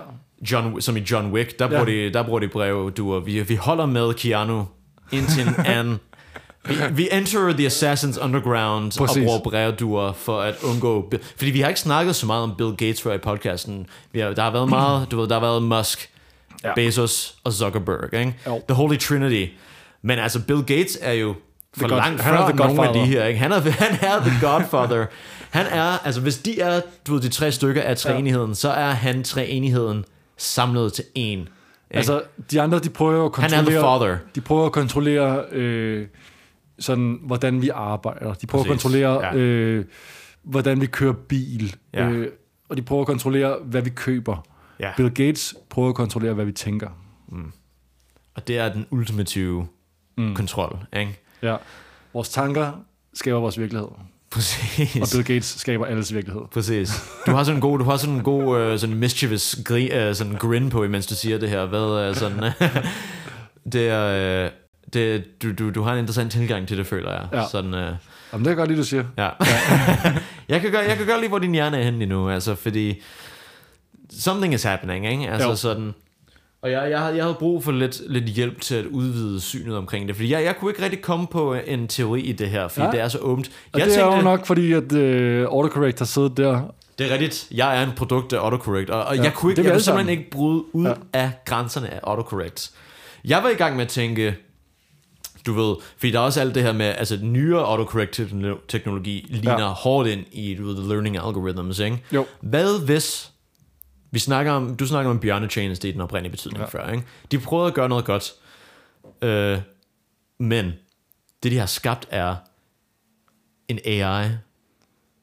Speaker 2: John, som i John Wick, der bruger, ja.
Speaker 1: Ja.
Speaker 2: de, der bruger de brevduer. Vi, vi holder med Keanu indtil an. Vi, vi enter the Assassin's Underground Præcis. og
Speaker 1: Præcis.
Speaker 2: bruger brevduer for at undgå... Fordi vi har ikke snakket så meget om Bill Gates før i podcasten. Vi har, der har været meget... Du ved, der har været Musk, ja.
Speaker 1: Ja.
Speaker 2: Bezos og Zuckerberg. Ikke?
Speaker 1: Jo.
Speaker 2: The Holy Trinity. Men altså, Bill Gates er jo for
Speaker 1: The God-
Speaker 2: langt
Speaker 1: han er
Speaker 2: fra
Speaker 1: the
Speaker 2: nogle af de
Speaker 1: Godfather.
Speaker 2: her. Ikke? Han, er, han er the godfather. han er, altså hvis de er, du ved, de tre stykker af treenigheden, ja. så er han treenigheden samlet til en.
Speaker 1: altså de andre, de prøver at
Speaker 2: Han er
Speaker 1: kontrollere...
Speaker 2: the father.
Speaker 1: De prøver at kontrollere, øh, sådan, hvordan vi arbejder. De prøver
Speaker 2: Præcis,
Speaker 1: at kontrollere,
Speaker 2: ja.
Speaker 1: øh, hvordan vi kører bil.
Speaker 2: Ja.
Speaker 1: Øh, og de prøver at kontrollere, hvad vi køber.
Speaker 2: Ja.
Speaker 1: Bill Gates prøver at kontrollere, hvad vi tænker.
Speaker 2: Mm. Og det er den ultimative mm. kontrol. Ikke?
Speaker 1: Ja. Vores tanker skaber vores virkelighed. Og
Speaker 2: Præcis.
Speaker 1: Bill Gates skaber alles virkelighed.
Speaker 2: Præcis. Du har sådan en god, du har sådan en god øh, sådan mischievous gri, øh, sådan grin på, imens du siger det her. Hvad øh, sådan... det er... Øh, det, du, du, du har en interessant tilgang til det, føler jeg.
Speaker 1: Ja.
Speaker 2: Sådan, øh,
Speaker 1: Jamen, det er godt lige, du siger.
Speaker 2: Ja. jeg, kan gøre, jeg kan gøre lige, hvor din hjerne er henne lige nu, altså, fordi something is happening, ikke? Altså
Speaker 1: Jo.
Speaker 2: sådan... Og jeg, jeg, havde- jeg havde brug for lidt, lidt hjælp til at udvide synet omkring det, fordi jeg, jeg kunne ikke rigtig komme på en teori i det her, fordi ja.
Speaker 1: Nej.
Speaker 2: det er så åbent.
Speaker 1: Og
Speaker 2: Jeg
Speaker 1: det er jo
Speaker 2: tænkte-
Speaker 1: nok fordi, at øh, autocorrect har siddet der
Speaker 2: Det er rigtigt. Jeg er en produkt af autocorrect, og, og ja, jeg kunne,
Speaker 1: det er vi
Speaker 2: ikke, jeg kunne
Speaker 1: alle
Speaker 2: simpelthen
Speaker 1: sammen.
Speaker 2: ikke bryde ud ja.
Speaker 1: Ja.
Speaker 2: af grænserne af autocorrect. Jeg var i gang med at tænke, du ved, fordi der er også alt det her med, altså nyere autocorrect-teknologi ligner ja.
Speaker 1: Ja.
Speaker 2: hårdt ind i du ved, the learning algorithms, ikke?
Speaker 1: Jo.
Speaker 2: Hvad hvis, vi snakker om, du snakker om bjørnetjeneste i den oprindelige betydning ja. før, ikke? De prøvede at gøre noget godt, øh, men det de har skabt er en AI,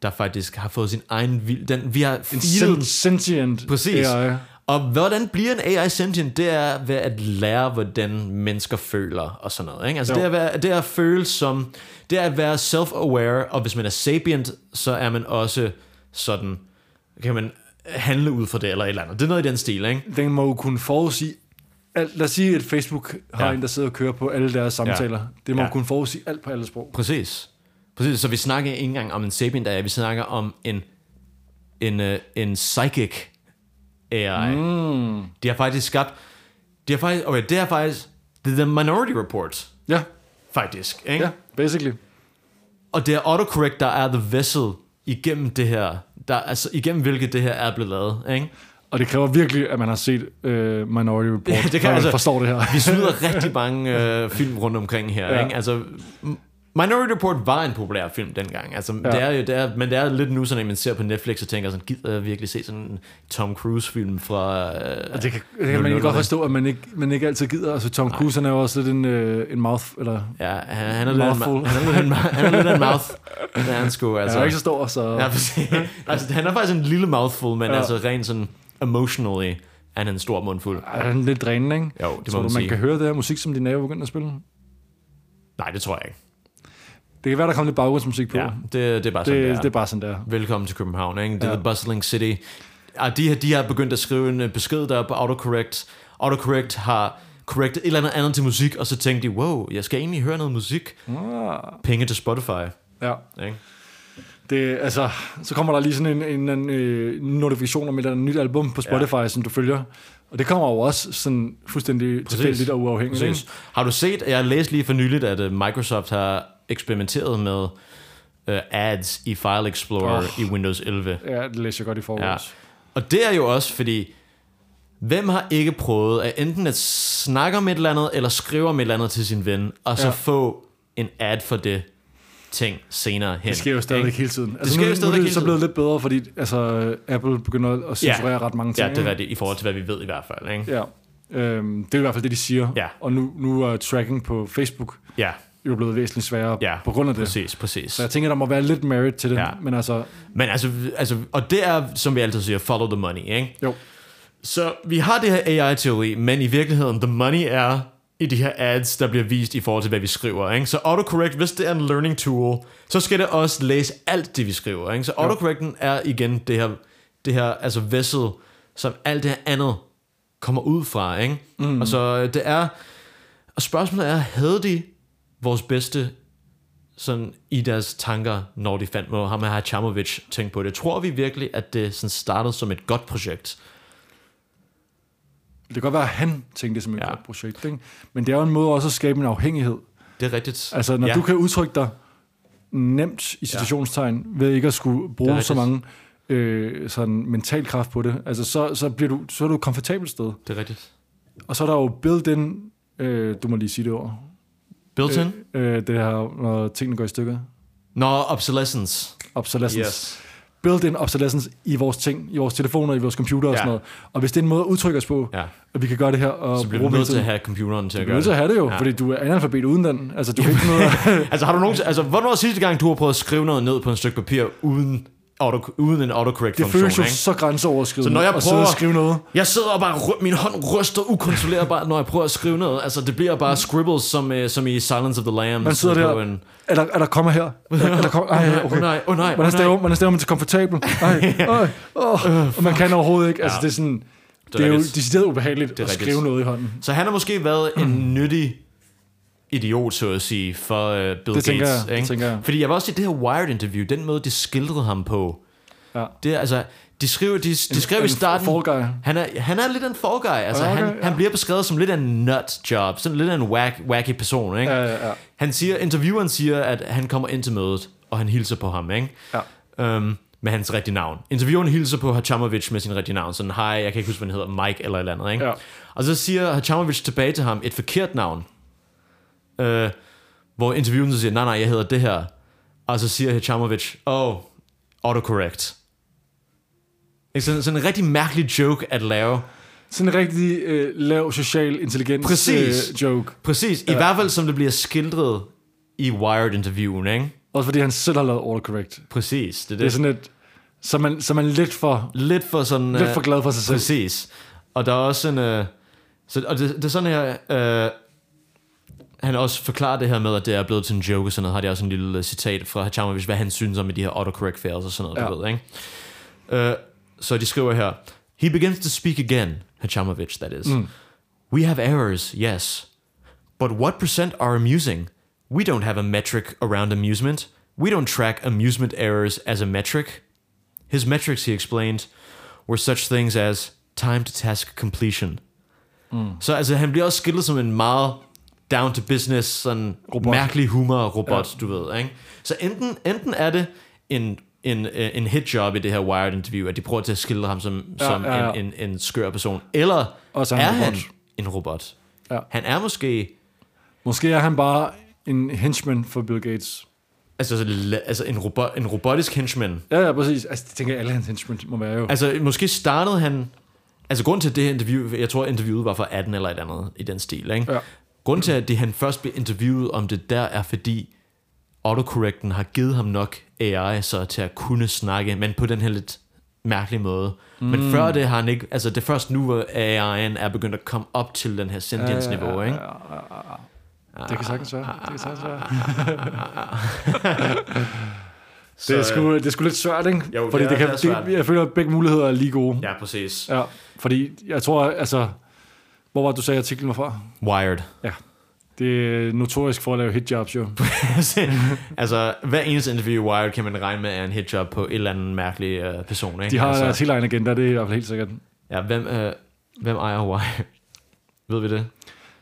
Speaker 2: der faktisk har fået sin egen vild... Den, vi har filet
Speaker 1: Sen- sentient
Speaker 2: Præcis.
Speaker 1: AI.
Speaker 2: Og hvordan bliver en AI sentient? Det er ved at lære, hvordan mennesker føler og sådan noget. Ikke? Altså
Speaker 1: Jo.
Speaker 2: det er, at være, det er at føle som... Det er at være self-aware, og hvis man er sapient, så er man også sådan... Kan man handle ud fra det eller et eller andet. Det er noget i den stil, ikke?
Speaker 1: Den må jo kunne forudsige alt. Lad os sige, at Facebook har
Speaker 2: Ja.
Speaker 1: ja. en, der sidder og kører på alle deres samtaler. Ja. Det må
Speaker 2: Ja.
Speaker 1: ja. kunne forudsige alt på alle sprog.
Speaker 2: Præcis. Præcis, så vi snakker ikke engang om en sapient AI, vi snakker om en, en, øh, en psychic AI. Mm. De har faktisk skabt... De har faktisk... Okay, det er faktisk... Det er The Minority Report,
Speaker 1: Ja,
Speaker 2: faktisk. Ikke?
Speaker 1: ja, basically.
Speaker 2: Og det er autocorrect, der er the vessel igennem det her, der, altså igennem hvilket det her er blevet lavet, ikke?
Speaker 1: Og det kræver virkelig, at man har set øh, Minority Report,
Speaker 2: Ja, det kan
Speaker 1: før man
Speaker 2: altså-
Speaker 1: forstår det her.
Speaker 2: Vi smider rigtig mange øh, film rundt omkring her, ja.
Speaker 1: Ja.
Speaker 2: ikke? Altså, m- Minority Report var en populær film dengang, altså, ja.
Speaker 1: Ja.
Speaker 2: det er jo, det er, men det er lidt nu sådan, at man ser på Netflix og tænker sådan, gider jeg virkelig se sådan en Tom Cruise-film fra... Øh,
Speaker 1: Og det kan, det kan man
Speaker 2: Nullerne.
Speaker 1: ikke godt forstå, at man ikke, man ikke altid gider. Altså Tom Cruise, han er jo også lidt en, øh, en mouth, eller...
Speaker 2: ja, han, han er lidt af en, ma-
Speaker 1: Mouthful.
Speaker 2: han er lidt af en, ma- han er lidt af en mouth, det er han sgu,
Speaker 1: Altså,
Speaker 2: altså.
Speaker 1: han er ikke så stor, så...
Speaker 2: Ja, præcis. altså, han er faktisk en lille mouthful, men ja.
Speaker 1: Ja.
Speaker 2: altså rent sådan emotionally er han en stor mundfuld.
Speaker 1: Ej, han er lidt drænende, ikke?
Speaker 2: Jo, det må
Speaker 1: Tror
Speaker 2: man
Speaker 1: du,
Speaker 2: sige.
Speaker 1: man kan høre det her musik, som din nabo begynder at spille?
Speaker 2: Nej, det tror jeg ikke.
Speaker 1: Det kan være, der kommer lidt baggrundsmusik på.
Speaker 2: Ja, det, det er bare sådan, det,
Speaker 1: det,
Speaker 2: er.
Speaker 1: det er bare sådan, der.
Speaker 2: Velkommen til København, ikke? Det er
Speaker 1: Ja.
Speaker 2: the bustling city. Og de, her, de har begyndt at skrive en øh, besked der er på autocorrect. Autocorrect har corrected et eller andet andet til musik, og så tænkte de, wow, jeg skal egentlig høre noget musik. Penge til Spotify,
Speaker 1: Ja.
Speaker 2: ikke?
Speaker 1: Det, altså, så kommer der lige sådan en, en, en øh, notifikation om et eller andet nyt album på Spotify, ja. som du følger. Og det kommer jo også sådan fuldstændig tilfældigt og uafhængigt.
Speaker 2: Præcis.
Speaker 1: Ikke?
Speaker 2: Har du set, jeg læste lige for nyligt, at øh, Microsoft har eksperimenteret med øh, ads i File Explorer
Speaker 1: Åh.
Speaker 2: i Windows 11.
Speaker 1: Ja, det læser jeg godt i
Speaker 2: Ja.
Speaker 1: forvejen.
Speaker 2: Og det er jo også fordi, hvem har ikke prøvet at enten at snakke om et eller andet, eller skrive om et eller andet til sin ven, og så ja.
Speaker 1: Ja.
Speaker 2: få en ad for det ting senere hen.
Speaker 1: Det sker jo stadigvæk
Speaker 2: ikke?
Speaker 1: hele tiden. Altså,
Speaker 2: sker
Speaker 1: nu,
Speaker 2: jo stadigvæk
Speaker 1: nu er
Speaker 2: hele
Speaker 1: det så
Speaker 2: tiden.
Speaker 1: blevet lidt bedre, fordi altså, Apple begynder at censurere
Speaker 2: Ja.
Speaker 1: ret mange ting.
Speaker 2: Ja, det er
Speaker 1: ikke?
Speaker 2: rigtigt, i forhold til hvad vi ved i hvert fald. Ikke?
Speaker 1: Ja. Øhm, det er i hvert fald det, de siger.
Speaker 2: Ja.
Speaker 1: Og nu, nu er tracking på Facebook
Speaker 2: Ja,
Speaker 1: jo blevet væsentligt sværere
Speaker 2: ja.
Speaker 1: på grund af det.
Speaker 2: Præcis, præcis.
Speaker 1: Så jeg tænker, der må være lidt merit til det.
Speaker 2: Ja.
Speaker 1: Men altså,
Speaker 2: Men altså, altså, og det er, som vi altid siger, follow the money, ikke?
Speaker 1: jo.
Speaker 2: Så vi har det her AI-teori, men i virkeligheden, the money er i de her ads, der bliver vist i forhold til, hvad vi skriver. Ikke? Så autocorrect, hvis det er en learning tool, så skal det også læse alt det, vi skriver. Ikke? Så autocorrecten er igen det her, det her altså vessel, som alt det her andet kommer ud fra. Ikke? Mm. Og så øh, det er... Og spørgsmålet er, havde de vores bedste sådan i deres tanker, når de fandt med ham her Chamovic tænkt på det? Tror vi virkelig, at det sådan startede som et godt projekt?
Speaker 1: Det kan godt være, at han tænkte det som et
Speaker 2: Ja.
Speaker 1: ja. godt projekt. Ikke? Men det er jo en måde også at skabe en afhængighed.
Speaker 2: Det er rigtigt.
Speaker 1: Altså, når
Speaker 2: ja.
Speaker 1: ja. du kan udtrykke dig nemt i citationstegn, ved ikke at skulle bruge
Speaker 2: rigtigt.
Speaker 1: så mange øh, sådan mental kraft på det, altså, så, så, bliver du, så er du et komfortabelt sted.
Speaker 2: Det er rigtigt.
Speaker 1: Og så er der jo built-in, øh, du må lige sige det ord,
Speaker 2: Built-in? Øh.
Speaker 1: øh, det her, når tingene går i stykker.
Speaker 2: Nå, obsolescence.
Speaker 1: Obsolescence. Built-in obsolescence i vores ting, i vores telefoner, i vores computer og
Speaker 2: Ja.
Speaker 1: sådan noget. Og hvis det er en måde at udtrykke os på,
Speaker 2: Ja.
Speaker 1: at vi kan gøre det her og
Speaker 2: Så bliver
Speaker 1: bruge
Speaker 2: du nødt
Speaker 1: hele
Speaker 2: til at
Speaker 1: tiden.
Speaker 2: have computeren til at
Speaker 1: Du er
Speaker 2: gøre
Speaker 1: nødt til at
Speaker 2: det.
Speaker 1: have det jo,
Speaker 2: Ja.
Speaker 1: ja. fordi du er analfabet uden den. Altså, du kan ikke noget...
Speaker 2: Altså, har du nogensinde, altså, hvornår sidste gang, du har prøvet at skrive noget ned på en stykke papir uden, auto, uden en
Speaker 1: Det føles
Speaker 2: autocorrect-funktion,
Speaker 1: jo
Speaker 2: ikke?
Speaker 1: så grænseoverskridende
Speaker 2: Så når jeg
Speaker 1: at sidde
Speaker 2: prøver-
Speaker 1: og skrive noget.
Speaker 2: Jeg sidder og bare, ry- min hånd ryster ukontrollerbart, når jeg prøver at skrive noget. Altså, det bliver bare scribbles, som, øh, som i Silence of the Lambs.
Speaker 1: Man sidder
Speaker 2: Det er
Speaker 1: der,
Speaker 2: jo en-
Speaker 1: er der, er der kommer her? Er der, er der kommer,
Speaker 2: Åh,
Speaker 1: ej,
Speaker 2: nej,
Speaker 1: okay.
Speaker 2: åh, nej, åh, nej, åh,
Speaker 1: Hvordan
Speaker 2: nej.
Speaker 1: staver, hvordan staver man til komfortabel? Ej, ej, oh, og man kan overhovedet ikke. Altså, det er sådan... Det er jo
Speaker 2: rigtigt.
Speaker 1: decideret ubehageligt
Speaker 2: er
Speaker 1: at
Speaker 2: rigtigt.
Speaker 1: skrive noget i hånden.
Speaker 2: Så han har måske været en nyttig idiot, så at sige, for uh, Bill Gates.
Speaker 1: tænker jeg, det
Speaker 2: ikke?
Speaker 1: tænker jeg.
Speaker 2: Fordi jeg var også i det her Wired-interview, den måde, de skildrede ham på.
Speaker 1: Ja.
Speaker 2: Det er, altså, de skrev, de, de skrev i
Speaker 1: en
Speaker 2: starten...
Speaker 1: fall guy.
Speaker 2: Han er, han er lidt en fall guy. Altså,
Speaker 1: Ja, okay,
Speaker 2: han, ja.
Speaker 1: ja.
Speaker 2: han bliver beskrevet som lidt af en nut job. Sådan lidt af en whack, wacky person, ikke?
Speaker 1: Ja, ja, ja.
Speaker 2: Han siger, intervieweren siger, at han kommer ind til mødet, og han hilser på ham, ikke?
Speaker 1: Ja.
Speaker 2: Øhm, med hans rigtige navn. Intervieweren hilser på Hachamovic med sin rigtige navn, sådan, hej, jeg kan ikke huske, hvad han hedder, Mike eller et eller andet, ikke?
Speaker 1: Ja.
Speaker 2: Og så siger Hachamovic tilbage til ham et forkert navn, øh, hvor intervieweren så siger, nej, nej, jeg hedder det her. Og så siger Hachamovic, oh, autocorrect. Ikke, sådan, sådan en rigtig mærkelig joke at lave.
Speaker 1: Sådan en rigtig øh, lav social intelligens
Speaker 2: Præcis.
Speaker 1: Øh, joke.
Speaker 2: Præcis, i hvert fald som det bliver skildret i Wired-interviewen, ikke?
Speaker 1: Også fordi han selv har lavet autocorrect.
Speaker 2: Præcis, det er det.
Speaker 1: Det er sådan et... Så er man, så er man lidt for,
Speaker 2: lidt for sådan...
Speaker 1: lidt
Speaker 2: øh,
Speaker 1: for glad for sig selv.
Speaker 2: Præcis. Og der er også en... Øh, så, og det, det er sådan her... Øh, han også forklarer det her med, at det er blevet til en joke og sådan noget. Har de også en lille øh, citat fra Hachamovic, hvad han synes om de her autocorrect fails og sådan noget, ja.
Speaker 1: Ja.
Speaker 2: du ved, ikke? Øh, så de skriver her, He begins to speak again, Hachamovic, that is. Mm. We have errors, yes. But what percent are amusing? We don't have a metric around amusement. We don't track amusement errors as a metric. His metrics, he explained, were such things as time to task completion. Mm. Så altså, han bliver også skildret som en meget down to business, sådan robot. mærkelig humor-robot, ja. du ved. Ikke? Så enten, enten er det en, en, øh, en hit job i det her Wired-interview, at de prøver til at skildre ham som, ja, som
Speaker 1: ja, ja.
Speaker 2: En, en, en skør person, eller
Speaker 1: Også er
Speaker 2: er
Speaker 1: han en
Speaker 2: han
Speaker 1: robot.
Speaker 2: en robot?
Speaker 1: Ja.
Speaker 2: Han er måske
Speaker 1: Måske er han bare en henchman for Bill Gates.
Speaker 2: altså, så la- altså en, robot, en robotisk henchman.
Speaker 1: Ja, ja, præcis. Altså, det tænker jeg, alle hans henchmen må være jo.
Speaker 2: Altså, måske startede han... Altså, grund til at det her interview... Jeg tror, interviewet var for 18 eller et andet i den stil, ikke?
Speaker 1: Ja.
Speaker 2: Grund til, at det, han først blev interviewet om det der, er fordi autocorrecten har givet ham nok AI så til at kunne snakke, men på den her lidt mærkelige måde. Mm. Men før det har han ikke... Altså, det er først nu, hvor AI'en er begyndt at komme op til den her sentience-niveau,
Speaker 1: Ja, ja,
Speaker 2: ikke?
Speaker 1: ja, ja, ja, ja. Det kan sagtens være. Det kan sagtens være. Det er, sgu, det er sgu lidt svært, ikke?
Speaker 2: Jo,
Speaker 1: fordi
Speaker 2: det er-
Speaker 1: det kan,
Speaker 2: det er svært.
Speaker 1: Det, jeg føler, at begge muligheder er lige gode.
Speaker 2: Ja, præcis.
Speaker 1: ja. Fordi jeg tror, altså... Hvor var det, du sagde, artiklen var fra?
Speaker 2: Wired.
Speaker 1: Ja. Det er notorisk for at lave hitjobs, jo.
Speaker 2: altså, hver eneste interview i Wired kan man regne med er en hitjob på et eller andet mærkelig øh, person, ikke?
Speaker 1: De har
Speaker 2: altså,
Speaker 1: deres helt egen agenda, det er i hvert fald helt sikkert.
Speaker 2: Ja, hvem, øh, hvem ejer Wired? Ved vi det?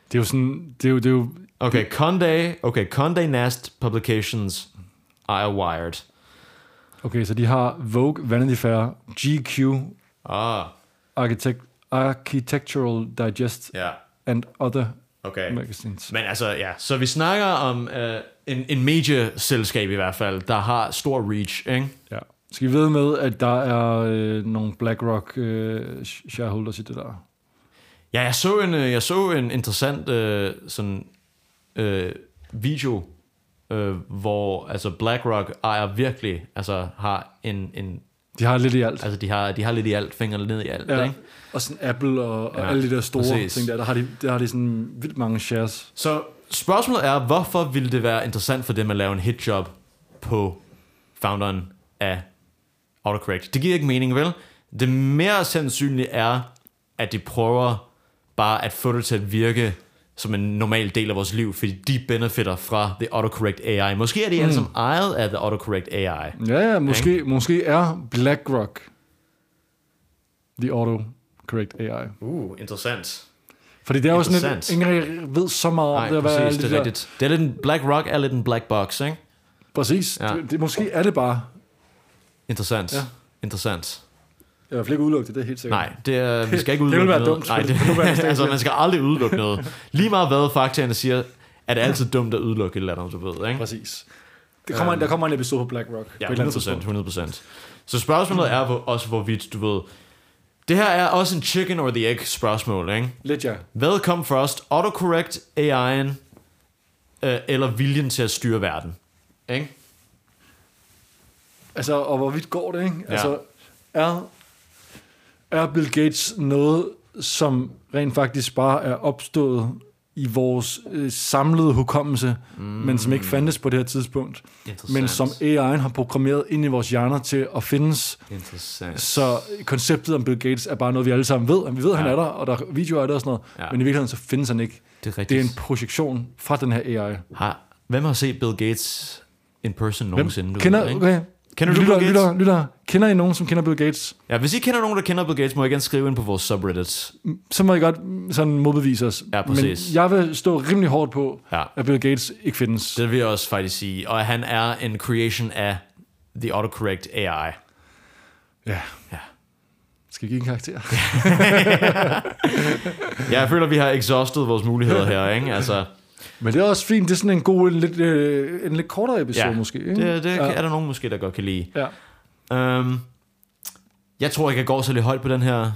Speaker 1: Det er jo sådan... Det er jo, det er jo
Speaker 2: Okay, Condé, okay, Condé Nast Publications ejer Wired.
Speaker 1: okay, så de har Vogue, Vanity Fair, GQ,
Speaker 2: Ah,
Speaker 1: Architect, Architectural Digest
Speaker 2: ja,
Speaker 1: and other
Speaker 2: okay.
Speaker 1: magazines.
Speaker 2: Men altså, ja, så vi snakker om øh, en, en medieselskab i hvert fald, der har stor reach, ikke?
Speaker 1: Ja. Skal vi vide med, at der er øh, nogle BlackRock øh, shareholders i det der?
Speaker 2: Ja, jeg så en, øh, jeg så en interessant øh, sådan, øh, video, øh, hvor altså BlackRock ejer virkelig, altså har en, en
Speaker 1: De har lidt i alt.
Speaker 2: altså de har, de har lidt i alt, fingrene ned i alt, ja.
Speaker 1: Ja,
Speaker 2: ikke?
Speaker 1: og sådan Apple og, og
Speaker 2: Ja,
Speaker 1: ja, alle de der store
Speaker 2: præcis.
Speaker 1: præcis. ting der, der har, de, der har de sådan vildt mange shares.
Speaker 2: Så spørgsmålet er, hvorfor ville det være interessant for dem at lave en hitjob på founderen af Autocorrect? Det giver ikke mening, vel? Det mere sandsynlige er, at de prøver bare at få det til at virke som en normal del af vores liv, fordi de benefitter fra The Autocorrect AI. Måske er de mm.
Speaker 1: Hmm.
Speaker 2: alle sammen ejet af The Autocorrect AI.
Speaker 1: Ja, ja måske, måske er BlackRock the auto correct AI.
Speaker 2: Uh, interessant.
Speaker 1: Fordi det er jo sådan lidt,
Speaker 2: Interessant.
Speaker 1: ingen rigtig ved så meget om
Speaker 2: Nej,
Speaker 1: det, hvad alle
Speaker 2: præcis,
Speaker 1: de
Speaker 2: det er
Speaker 1: der-
Speaker 2: rigtigt. Det er lidt en black rock, er lidt en black box, ikke?
Speaker 1: Præcis.
Speaker 2: Ja.
Speaker 1: Ja. Det, det, måske er det bare.
Speaker 2: Interessant.
Speaker 1: Ja.
Speaker 2: Interessant.
Speaker 1: Jeg har ikke udelukket det, det er helt sikkert.
Speaker 2: Nej, det er, vi skal ikke
Speaker 1: Det ville
Speaker 2: udelukke
Speaker 1: være
Speaker 2: noget.
Speaker 1: dumt,
Speaker 2: Nej,
Speaker 1: på det- på nuværende
Speaker 2: det,
Speaker 1: stadie.
Speaker 2: altså, man skal aldrig udelukke noget. Lige meget hvad faktaerne siger, er det altid dumt at udelukke et eller andet, du ved. Ikke?
Speaker 1: Præcis. Det kommer, um, Mm. der kommer en episode på BlackRock.
Speaker 2: Øhm, Ja,
Speaker 1: på et eller andet
Speaker 2: 100%,
Speaker 1: tidspunkt.
Speaker 2: 100%. Så spørgsmålet er hvor, også, hvorvidt du ved... Det her er også en chicken or the egg spørgsmål, ikke?
Speaker 1: Lidt ja.
Speaker 2: Hvad kom først? Autocorrect, AI'en, øh, eller viljen til at styre verden? Ikke?
Speaker 1: Altså, og hvorvidt går det, ikke?
Speaker 2: Ja.
Speaker 1: Altså, er, er Bill Gates noget, som rent faktisk bare er opstået i vores øh, samlede hukommelse, mm. men som ikke fandtes på det her tidspunkt, men som AI'en har programmeret ind i vores hjerner til at findes.
Speaker 2: Interessant.
Speaker 1: Så konceptet om Bill Gates er bare noget, vi alle sammen ved. Vi ved, ja. han
Speaker 2: Ja.
Speaker 1: er der, og der er videoer af det og sådan noget,
Speaker 2: Ja.
Speaker 1: ja. men i virkeligheden så findes han ikke.
Speaker 2: Det er rigtigt.
Speaker 1: Det er en projektion fra den her AI.
Speaker 2: har, hvem har set Bill Gates in person nogensinde? du ved,
Speaker 1: kender,
Speaker 2: ikke?
Speaker 1: okay.
Speaker 2: Kender du
Speaker 1: lytter,
Speaker 2: Bill Gates?
Speaker 1: Lytter, lytter, kender I nogen, som kender Bill Gates?
Speaker 2: Ja, hvis I kender nogen, der kender Bill Gates, må I gerne skrive ind på vores subreddit.
Speaker 1: så må I godt mm, sådan modbevise os.
Speaker 2: Ja, præcis.
Speaker 1: Men jeg vil stå rimelig hårdt på,
Speaker 2: Ja.
Speaker 1: ja. at Bill Gates ikke findes.
Speaker 2: Det vil jeg også faktisk sige. Og han er en creation af The Autocorrect AI.
Speaker 1: Ja.
Speaker 2: Ja.
Speaker 1: Skal vi give en karakter?
Speaker 2: Ja, jeg føler, vi har exhaustet vores muligheder her, ikke? Altså,
Speaker 1: Men det er også fint. Det er sådan en god, en lidt, øh, en lidt kortere episode
Speaker 2: ja,
Speaker 1: måske. Ikke?
Speaker 2: det, det
Speaker 1: ja.
Speaker 2: er der nogen måske, der godt kan lide.
Speaker 1: Ja.
Speaker 2: Um, jeg tror ikke, jeg går så lidt højt på den her.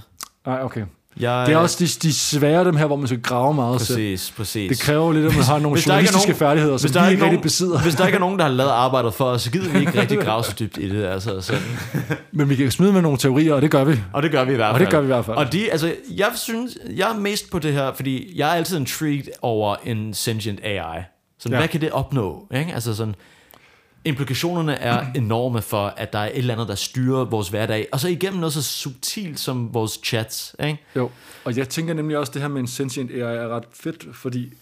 Speaker 1: Nej, okay.
Speaker 2: Jeg,
Speaker 1: Det er også de, de svære, dem her, hvor man skal grave meget selv.
Speaker 2: Præcis, præcis.
Speaker 1: Det kræver lidt, at man har nogle
Speaker 2: Hvis der ikke er
Speaker 1: journalistiske
Speaker 2: nogen-
Speaker 1: færdigheder, som
Speaker 2: hvis der
Speaker 1: vi
Speaker 2: er
Speaker 1: ikke
Speaker 2: nogen-
Speaker 1: rigtig besidder.
Speaker 2: Hvis der ikke er nogen, der har lavet arbejdet for os, så gider vi ikke rigtig grave så dybt i det. Altså, sådan.
Speaker 1: Men vi kan smide med nogle teorier, og det gør vi.
Speaker 2: Og det gør vi i hvert
Speaker 1: Og
Speaker 2: fald.
Speaker 1: det gør vi i hvert fald.
Speaker 2: Og de, altså, jeg synes, jeg er mest på det her, fordi jeg er altid intrigued over en sentient AI. Sådan,
Speaker 1: Ja.
Speaker 2: ja. hvad kan det opnå? Ikke? Altså sådan, implikationerne er enorme for, at der er et eller andet, der styrer vores hverdag. Og så igennem noget så subtilt som vores chats. Ikke?
Speaker 1: Jo. Og jeg tænker nemlig også, at det her med en sentient AI er ret fedt, fordi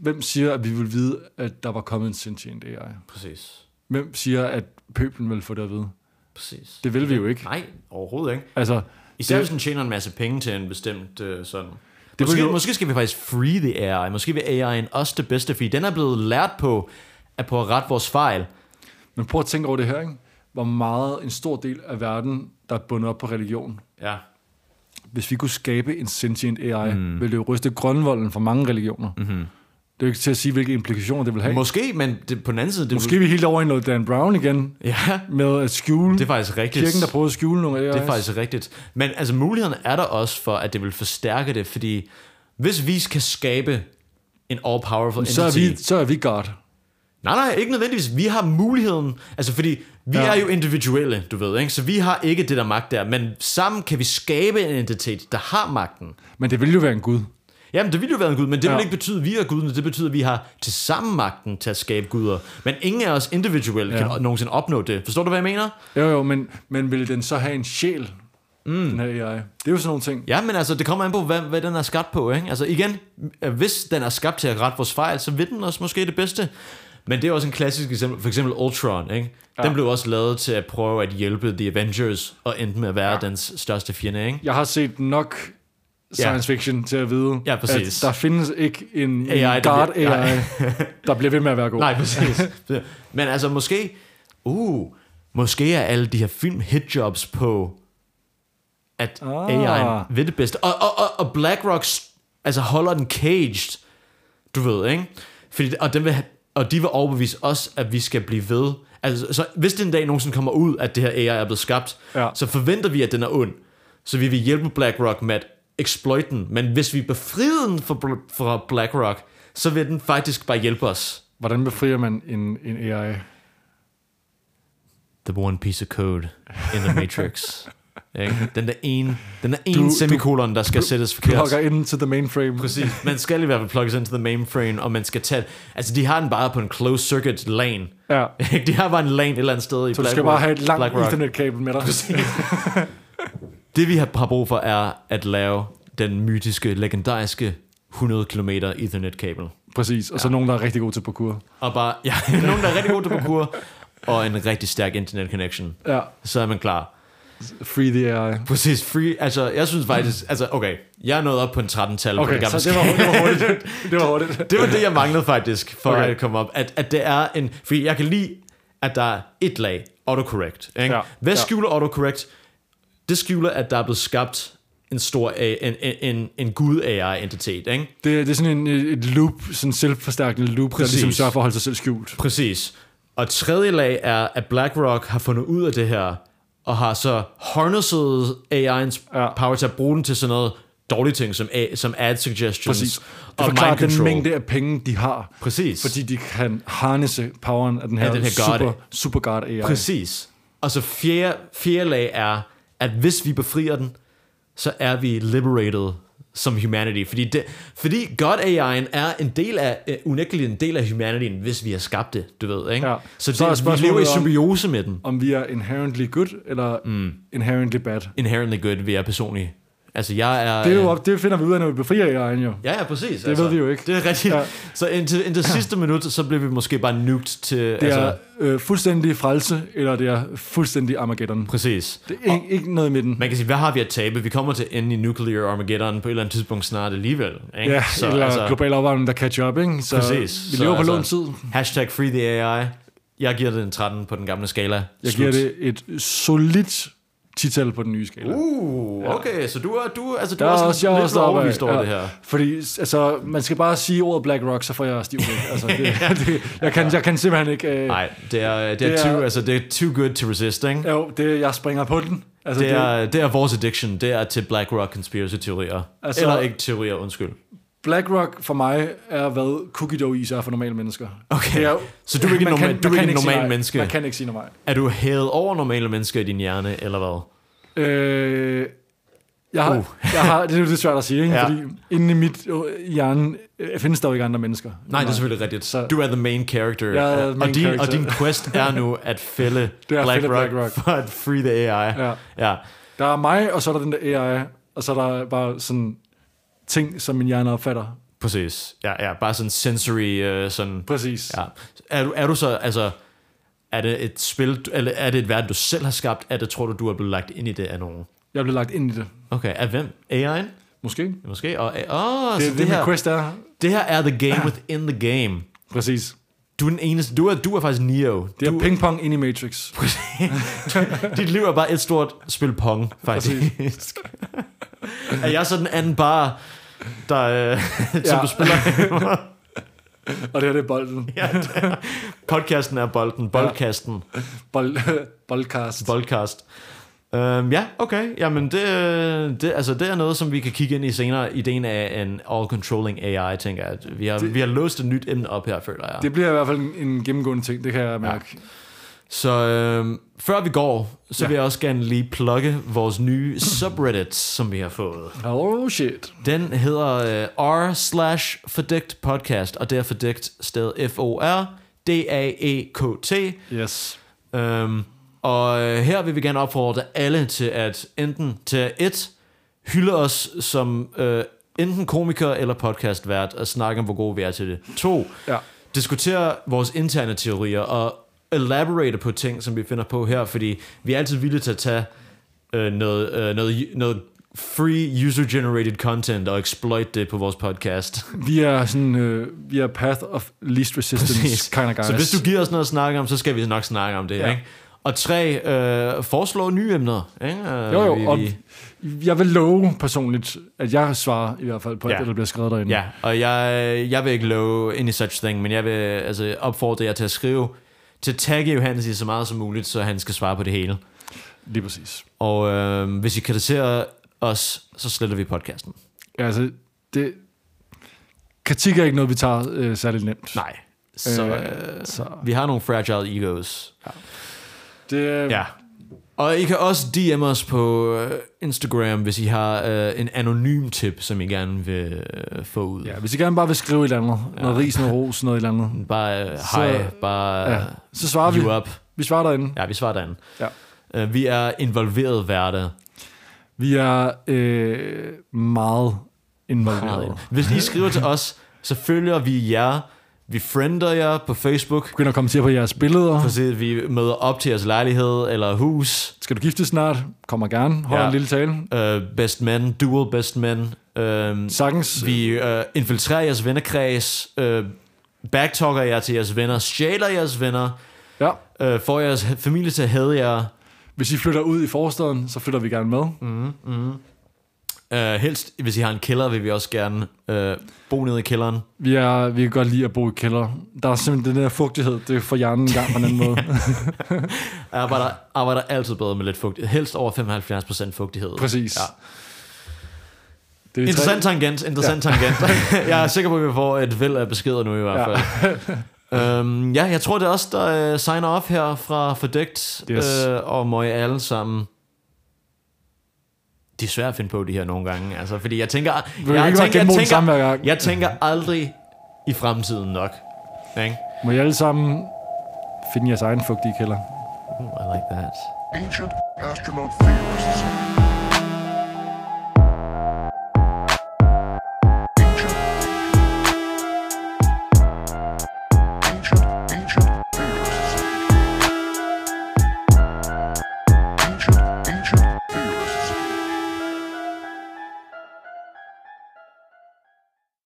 Speaker 1: hvem siger, at vi vil vide, at der var kommet en sentient AI?
Speaker 2: Præcis.
Speaker 1: Hvem siger, at pøblen vil få det at vide?
Speaker 2: Præcis.
Speaker 1: Det vil vi jo ikke.
Speaker 2: Nej, overhovedet ikke.
Speaker 1: Altså,
Speaker 2: Især
Speaker 1: Det-
Speaker 2: hvis den tjener en masse penge til en bestemt øh, sådan...
Speaker 1: Det
Speaker 2: Det
Speaker 1: vil
Speaker 2: måske,
Speaker 1: jo-
Speaker 2: måske skal vi faktisk free the AI. Måske vil AI'en også det bedste, fordi den er blevet lært på at på at rette vores fejl.
Speaker 1: men prøv at tænke over det her, ikke? hvor meget en stor del af verden, der er bundet op på religion.
Speaker 2: Ja.
Speaker 1: Hvis vi kunne skabe en sentient AI, mm. ville det jo ryste grønvolden for mange religioner. Mm-hmm. Det er jo ikke til at sige, hvilke implikationer det vil have.
Speaker 2: Måske, men det, på den anden side... Det
Speaker 1: Måske er vi helt over i noget Dan Brown igen,
Speaker 2: Ja,
Speaker 1: med at skjule
Speaker 2: det er faktisk rigtigt.
Speaker 1: kirken, der prøver at skjule nogle AI's.
Speaker 2: det er faktisk rigtigt. Men altså, mulighederne er der også for, at det vil forstærke det, fordi hvis vi kan skabe en all-powerful entity...
Speaker 1: så, er vi, så er vi God.
Speaker 2: Nej, nej, ikke nødvendigvis. Vi har muligheden. Altså, fordi vi
Speaker 1: Ja.
Speaker 2: ja. er jo individuelle, du ved, ikke? Så vi har ikke det der magt der. Men sammen kan vi skabe en entitet, der har magten.
Speaker 1: Men det vil jo være en Gud.
Speaker 2: Jamen, det ville jo være en gud, men det ja.
Speaker 1: Ja.
Speaker 2: vil ikke betyde, at vi er gudene. Det betyder, at vi har til sammen magten til at skabe guder. Men ingen af os individuelt ja.
Speaker 1: Ja.
Speaker 2: kan nogensinde opnå det. Forstår du, hvad jeg mener?
Speaker 1: Jo, jo, men, men vil den så have en sjæl, mm. den her AI? Det er jo sådan nogle ting.
Speaker 2: Ja, men altså, det kommer an på, hvad, hvad den er skabt på, ikke? Altså, igen, øh, hvis den er skabt til at rette vores fejl, så vil den også måske det bedste. Men det er også en klassisk eksempel, for eksempel Ultron, ikke? Den blev også lavet til at prøve at hjælpe The Avengers, og endte med at være ja. dens største fjende, ikke?
Speaker 1: Jeg har set nok science fiction til at vide,
Speaker 2: Ja,
Speaker 1: at
Speaker 2: præcis.
Speaker 1: der findes ikke en, AI,
Speaker 2: AI,
Speaker 1: en
Speaker 2: der
Speaker 1: God
Speaker 2: bliver-
Speaker 1: AI, der bliver ved med at være god.
Speaker 2: Nej, præcis. men altså, måske, uh, måske er alle de her film hitjobs på, at
Speaker 1: Ah.
Speaker 2: ah. AI'en ved det bedste. Og, og, og, og BlackRock altså holder den caged, du ved, ikke? Fordi, og, den vil, ha- og de vil overbevise os, at vi skal blive ved. Altså, så hvis det en dag nogensinde kommer ud, at det her AI er blevet skabt,
Speaker 1: Ja.
Speaker 2: ja. så forventer vi, at den er ond. Så vi vil hjælpe BlackRock med at exploit den. Men hvis vi befrier den fra, Bl- fra BlackRock, så vil den faktisk bare hjælpe os.
Speaker 1: Hvordan befrier man en, en AI?
Speaker 2: the one piece of code in the matrix. Ikke? Den der ene, den der
Speaker 1: Du-
Speaker 2: ene
Speaker 1: du-
Speaker 2: semikolon, der skal sættes forkert.
Speaker 1: Plugger ind til the mainframe.
Speaker 2: Præcis. Man skal i hvert fald plugges into the mainframe, og man skal tage... Altså, de har den bare på en closed circuit lane.
Speaker 1: Ja.
Speaker 2: Ikke? de har bare en lane et eller andet sted i
Speaker 1: Så du skal
Speaker 2: Blackrock-
Speaker 1: bare have et langt
Speaker 2: BlackRock.
Speaker 1: internetkabel med dig.
Speaker 2: Det vi har har brug for er at lave den mytiske, legendariske 100 km ethernet-kabel.
Speaker 1: Præcis, og så nogen, der er rigtig god til parkour.
Speaker 2: Og bare, ja, nogen der er rigtig gode til parkour, og en rigtig stærk internet connection.
Speaker 1: Ja,
Speaker 2: Så er man klar.
Speaker 1: free the AI.
Speaker 2: Præcis, free. Altså, jeg synes faktisk... Altså, okay, jeg er nået op på en 13-tal på
Speaker 1: Okay,
Speaker 2: det gamle
Speaker 1: så det var, det var hurtigt. Det var hurtigt.
Speaker 2: det var det, jeg manglede faktisk, for
Speaker 1: Okay.
Speaker 2: okay. at komme op. At, at det er en... Fordi jeg kan lide, at der er et lag autocorrect. Ikke?
Speaker 1: Ja.
Speaker 2: Ja. Hvad
Speaker 1: Ja.
Speaker 2: skjuler autocorrect? Det skjuler, at der er blevet skabt en stor A- en, en, en, en gud AI-entitet, ikke?
Speaker 1: Det, det er sådan en, et loop, sådan en selvforstærkende loop, Præcis. der
Speaker 2: Præcis.
Speaker 1: ligesom sørger for at holde sig selv skjult.
Speaker 2: Præcis. Og tredje lag er, at BlackRock har fundet ud af det her, og har så harnesset AI'ens
Speaker 1: Ja.
Speaker 2: ja. power til at bruge den til sådan noget dårlige ting, som, A- som ad suggestions
Speaker 1: Præcis. Det
Speaker 2: og
Speaker 1: forklarer
Speaker 2: mind
Speaker 1: den
Speaker 2: control.
Speaker 1: mængde af penge, de har.
Speaker 2: Præcis.
Speaker 1: Fordi de kan harnesse poweren af den her,
Speaker 2: Af den her god-
Speaker 1: super, super guard AI.
Speaker 2: Præcis. Og så fjerde, fjerde lag er, at hvis vi befrier den, så er vi liberated som humanity. Fordi, det, fordi God AI'en er en del af, øh, unægteligt en del af humanityen, hvis vi har skabt det, du ved. Ikke?
Speaker 1: Ja.
Speaker 2: Så, det,
Speaker 1: Så er
Speaker 2: vi lever i
Speaker 1: spørgsmålet om-
Speaker 2: symbiose med den.
Speaker 1: Om vi er inherently good, eller mm. inherently bad.
Speaker 2: Inherently good, vil jeg personligt. Altså, jeg er...
Speaker 1: Det, er jo op, det finder vi ud af, når vi befrier AI'en jo.
Speaker 2: Ja, ja, præcis. Det
Speaker 1: ved vi jo ikke.
Speaker 2: Det er rigtigt.
Speaker 1: Ja.
Speaker 2: Ja. Så indtil, indtil sidste minut, så bliver vi måske bare nuked til...
Speaker 1: Det
Speaker 2: altså,
Speaker 1: er øh, fuldstændig frelse, eller det er fuldstændig Armageddon.
Speaker 2: Præcis.
Speaker 1: Det er ikke, ikke noget i midten.
Speaker 2: Man kan sige, hvad har vi at tabe? Vi kommer til at ende i Nuclear Armageddon på et eller andet tidspunkt snart alligevel. Ikke? altså,
Speaker 1: Ja, så, eller altså, global opvarmning, der catcher op, ikke? Så
Speaker 2: Præcis.
Speaker 1: vi lever
Speaker 2: Så
Speaker 1: på
Speaker 2: altså-
Speaker 1: lån tid.
Speaker 2: Hashtag free the AI. Jeg giver det en 13 på den gamle skala.
Speaker 1: Jeg giver det et solidt tital på den nye skala.
Speaker 2: Uh, okay, så du er, du, altså, du
Speaker 1: Der
Speaker 2: er,
Speaker 1: er
Speaker 2: sådan
Speaker 1: også, jeg er
Speaker 2: lidt
Speaker 1: også deroppe af.
Speaker 2: overbevist over det her.
Speaker 1: Fordi, altså, man skal bare sige ordet Black Rock, så får jeg stiv væk. Altså, det, det, jeg, kan, jeg kan simpelthen ikke... Øh,
Speaker 2: Nej, det er, det er,
Speaker 1: Det er-
Speaker 2: too, altså, det er too good to resist, ikke?
Speaker 1: jo, det, jeg springer på den. Altså,
Speaker 2: Det er, det er vores addiction, det er til BlackRock conspiracy-teorier.
Speaker 1: Altså-
Speaker 2: Altså, Eller ikke teorier, undskyld.
Speaker 1: Black Rock for mig er, hvad cookie dough is er for normale mennesker.
Speaker 2: Okay,
Speaker 1: Det er jo-
Speaker 2: så du er ikke
Speaker 1: man
Speaker 2: norma-
Speaker 1: kan-
Speaker 2: du
Speaker 1: man
Speaker 2: er ikke
Speaker 1: kan
Speaker 2: et
Speaker 1: sige
Speaker 2: normalt
Speaker 1: nej.
Speaker 2: menneske.
Speaker 1: Man kan ikke sige normalt.
Speaker 2: Er du hævet over normale mennesker i din hjerne, eller hvad?
Speaker 1: Øh, jeg har,
Speaker 2: Uh.
Speaker 1: jeg har, det er jo lidt svært at sige, ikke?
Speaker 2: Ja.
Speaker 1: fordi inde i mit øh, hjerne øh, findes der jo ikke andre mennesker.
Speaker 2: Nej, det er selvfølgelig rigtigt.
Speaker 1: Så-
Speaker 2: Så. Du er the main character.
Speaker 1: Jeg er the main
Speaker 2: og, din,
Speaker 1: character.
Speaker 2: og din quest er nu at fælde
Speaker 1: Det er at
Speaker 2: Black,
Speaker 1: fælde
Speaker 2: Rock
Speaker 1: Black Rock.
Speaker 2: for at free the AI.
Speaker 1: Ja.
Speaker 2: ja.
Speaker 1: Der er mig, og så er der den der AI, og så er der bare sådan ting, som min hjerne opfatter.
Speaker 2: Præcis. Ja, ja, bare sådan sensory, uh, sådan...
Speaker 1: Præcis.
Speaker 2: Ja. Er, du, er du så, altså... Er det et spil, du- eller er det et verden, du selv har skabt? Er det, tror du, du er blevet lagt ind i det af nogen?
Speaker 1: Jeg blev lagt ind i det.
Speaker 2: Okay, af hvem? AI'en?
Speaker 1: Måske. Det
Speaker 2: Måske? Og, åh,
Speaker 1: er
Speaker 2: så
Speaker 1: det,
Speaker 2: Altså, det,
Speaker 1: det
Speaker 2: her,
Speaker 1: min quest er.
Speaker 2: det her er the game within the game.
Speaker 1: Præcis.
Speaker 2: Du er den eneste, du er, du er faktisk Neo.
Speaker 1: Det er
Speaker 2: du,
Speaker 1: ping-pong ind i Matrix.
Speaker 2: dit liv er bare et stort spil pong, faktisk. er jeg så den anden bar, der, øh, som
Speaker 1: Ja.
Speaker 2: ja. du spiller?
Speaker 1: Og det her, det er bolden.
Speaker 2: ja, det er- podcasten er bolden, boldkasten,
Speaker 1: Bold, boldcast.
Speaker 2: boldkast. Um, ja, okay. Jamen, det, øh, det, altså, det er noget, som vi kan kigge ind i senere. Ideen af en all-controlling AI, tænker jeg. at Vi har, det, vi har låst et nyt emne op her, føler jeg.
Speaker 1: Det bliver i hvert fald en, en gennemgående ting, det kan jeg mærke.
Speaker 2: Så øh, før vi går,
Speaker 1: Ja.
Speaker 2: så ja. vil jeg også gerne lige plukke vores nye subreddit, som vi har fået.
Speaker 1: Oh shit.
Speaker 2: Den hedder øh, r slash fordækt podcast, og det er fordækt sted E F-O-R-D-A-E-K-T.
Speaker 1: Yes.
Speaker 2: Øhm, og øh, her vil vi gerne opfordre alle til at enten til et hylde os som øh, enten komiker eller podcastvært og snakke om, hvor gode vi er til det. To,
Speaker 1: Ja.
Speaker 2: diskutere vores interne teorier og elaborate på ting, som vi finder på her, fordi vi er altid villige til at tage øh, noget, øh, noget, noget free user-generated content og exploit det på vores podcast.
Speaker 1: Vi er sådan, øh, vi er path of least resistance Præcis. kind of guys.
Speaker 2: Så hvis du giver os noget at snakke om, så skal vi nok snakke om det,
Speaker 1: Ja.
Speaker 2: ja. ikke? Og tre, øh, foreslå nye emner, ikke? Øh,
Speaker 1: jo,
Speaker 2: vi-
Speaker 1: jo, og
Speaker 2: vi-
Speaker 1: jeg vil love personligt, at jeg svarer i hvert fald på ja. alt
Speaker 2: Ja.
Speaker 1: det, der bliver skrevet derinde.
Speaker 2: Ja, og jeg, jeg vil ikke love any such thing, men jeg vil altså, opfordre jer til at skrive, til at tagge Johannes i så meget som muligt, så han skal svare på det hele.
Speaker 1: Lige præcis.
Speaker 2: Og øh, hvis I kritiserer os, så sletter vi podcasten.
Speaker 1: Ja, altså, det, kritik er ikke noget, vi tager øh, særlig nemt.
Speaker 2: Nej. Så
Speaker 1: Øh,
Speaker 2: øh,
Speaker 1: Så
Speaker 2: vi har nogle fragile egos.
Speaker 1: det, ja.
Speaker 2: Ja. Og I kan også DM os på øh, Instagram, hvis I har øh, en anonym tip, som I gerne vil øh, få ud.
Speaker 1: ja, hvis I gerne bare vil skrive et eller andet, ja. noget ris, noget ros, noget et eller andet,
Speaker 2: Bare øh,
Speaker 1: Så-
Speaker 2: hej, bare
Speaker 1: ja,
Speaker 2: ja.
Speaker 1: så svarer vi.
Speaker 2: you up.
Speaker 1: Vi svarer derinde.
Speaker 2: Ja, vi svarer derinde.
Speaker 1: Ja.
Speaker 2: Øh, vi er involveret værter.
Speaker 1: Vi er øh, meget involveret.
Speaker 2: Hvis I skriver til os, så følger vi jer. Vi friender jer på Facebook.
Speaker 1: Begynder at kommentere på jeres billeder.
Speaker 2: Præcis, vi møder op til jeres lejlighed eller hus.
Speaker 1: Skal du gifte snart? Kommer gerne. Hold ja.
Speaker 2: Ja.
Speaker 1: en lille tale.
Speaker 2: Øh, best men, dual best men. Øh,
Speaker 1: Sagtens.
Speaker 2: Vi øh, infiltrerer jeres vennekreds, øh, backtalker jer til jeres venner, stjæler jeres venner,
Speaker 1: Ja.
Speaker 2: øh, får jeres h- familie til at hade jer,
Speaker 1: Hvis I flytter ud i forstaden, så flytter vi gerne med.
Speaker 2: Mm-hmm, øh, helst hvis I har en kælder, vil vi også gerne øh, bo nede i kælderen.
Speaker 1: Vi, er, vi kan godt lide at bo i kælder. Der er simpelthen den der fugtighed, det får hjernen i gang på en anden måde.
Speaker 2: Jeg arbejder, arbejder altid bedre med lidt fugtighed, helst over 75% fugtighed.
Speaker 1: Præcis.
Speaker 2: Ja.
Speaker 1: Det er de tre-
Speaker 2: Interessant tangent, interessant ja. tangent. jeg er sikker på, at vi får et væld af beskeder nu i hvert
Speaker 1: Ja.
Speaker 2: fald. Ja. øhm, ja, jeg tror, det er os, der øh, signer off her fra Fordækt.
Speaker 1: Yes.
Speaker 2: Øh, og må I alle sammen... Det er svært at finde på de her nogle gange. Altså, fordi jeg tænker... Jeg,
Speaker 1: kan ikke bare
Speaker 2: tænker,
Speaker 1: gennemode den
Speaker 2: jeg,
Speaker 1: samme hver
Speaker 2: tænker,
Speaker 1: gang.
Speaker 2: jeg tænker aldrig i fremtiden nok. Ikke?
Speaker 1: Må I alle sammen finde jeres egen fugtige kælder.
Speaker 2: Uh, I like Oh, that.
Speaker 3: Ancient astronaut theorists.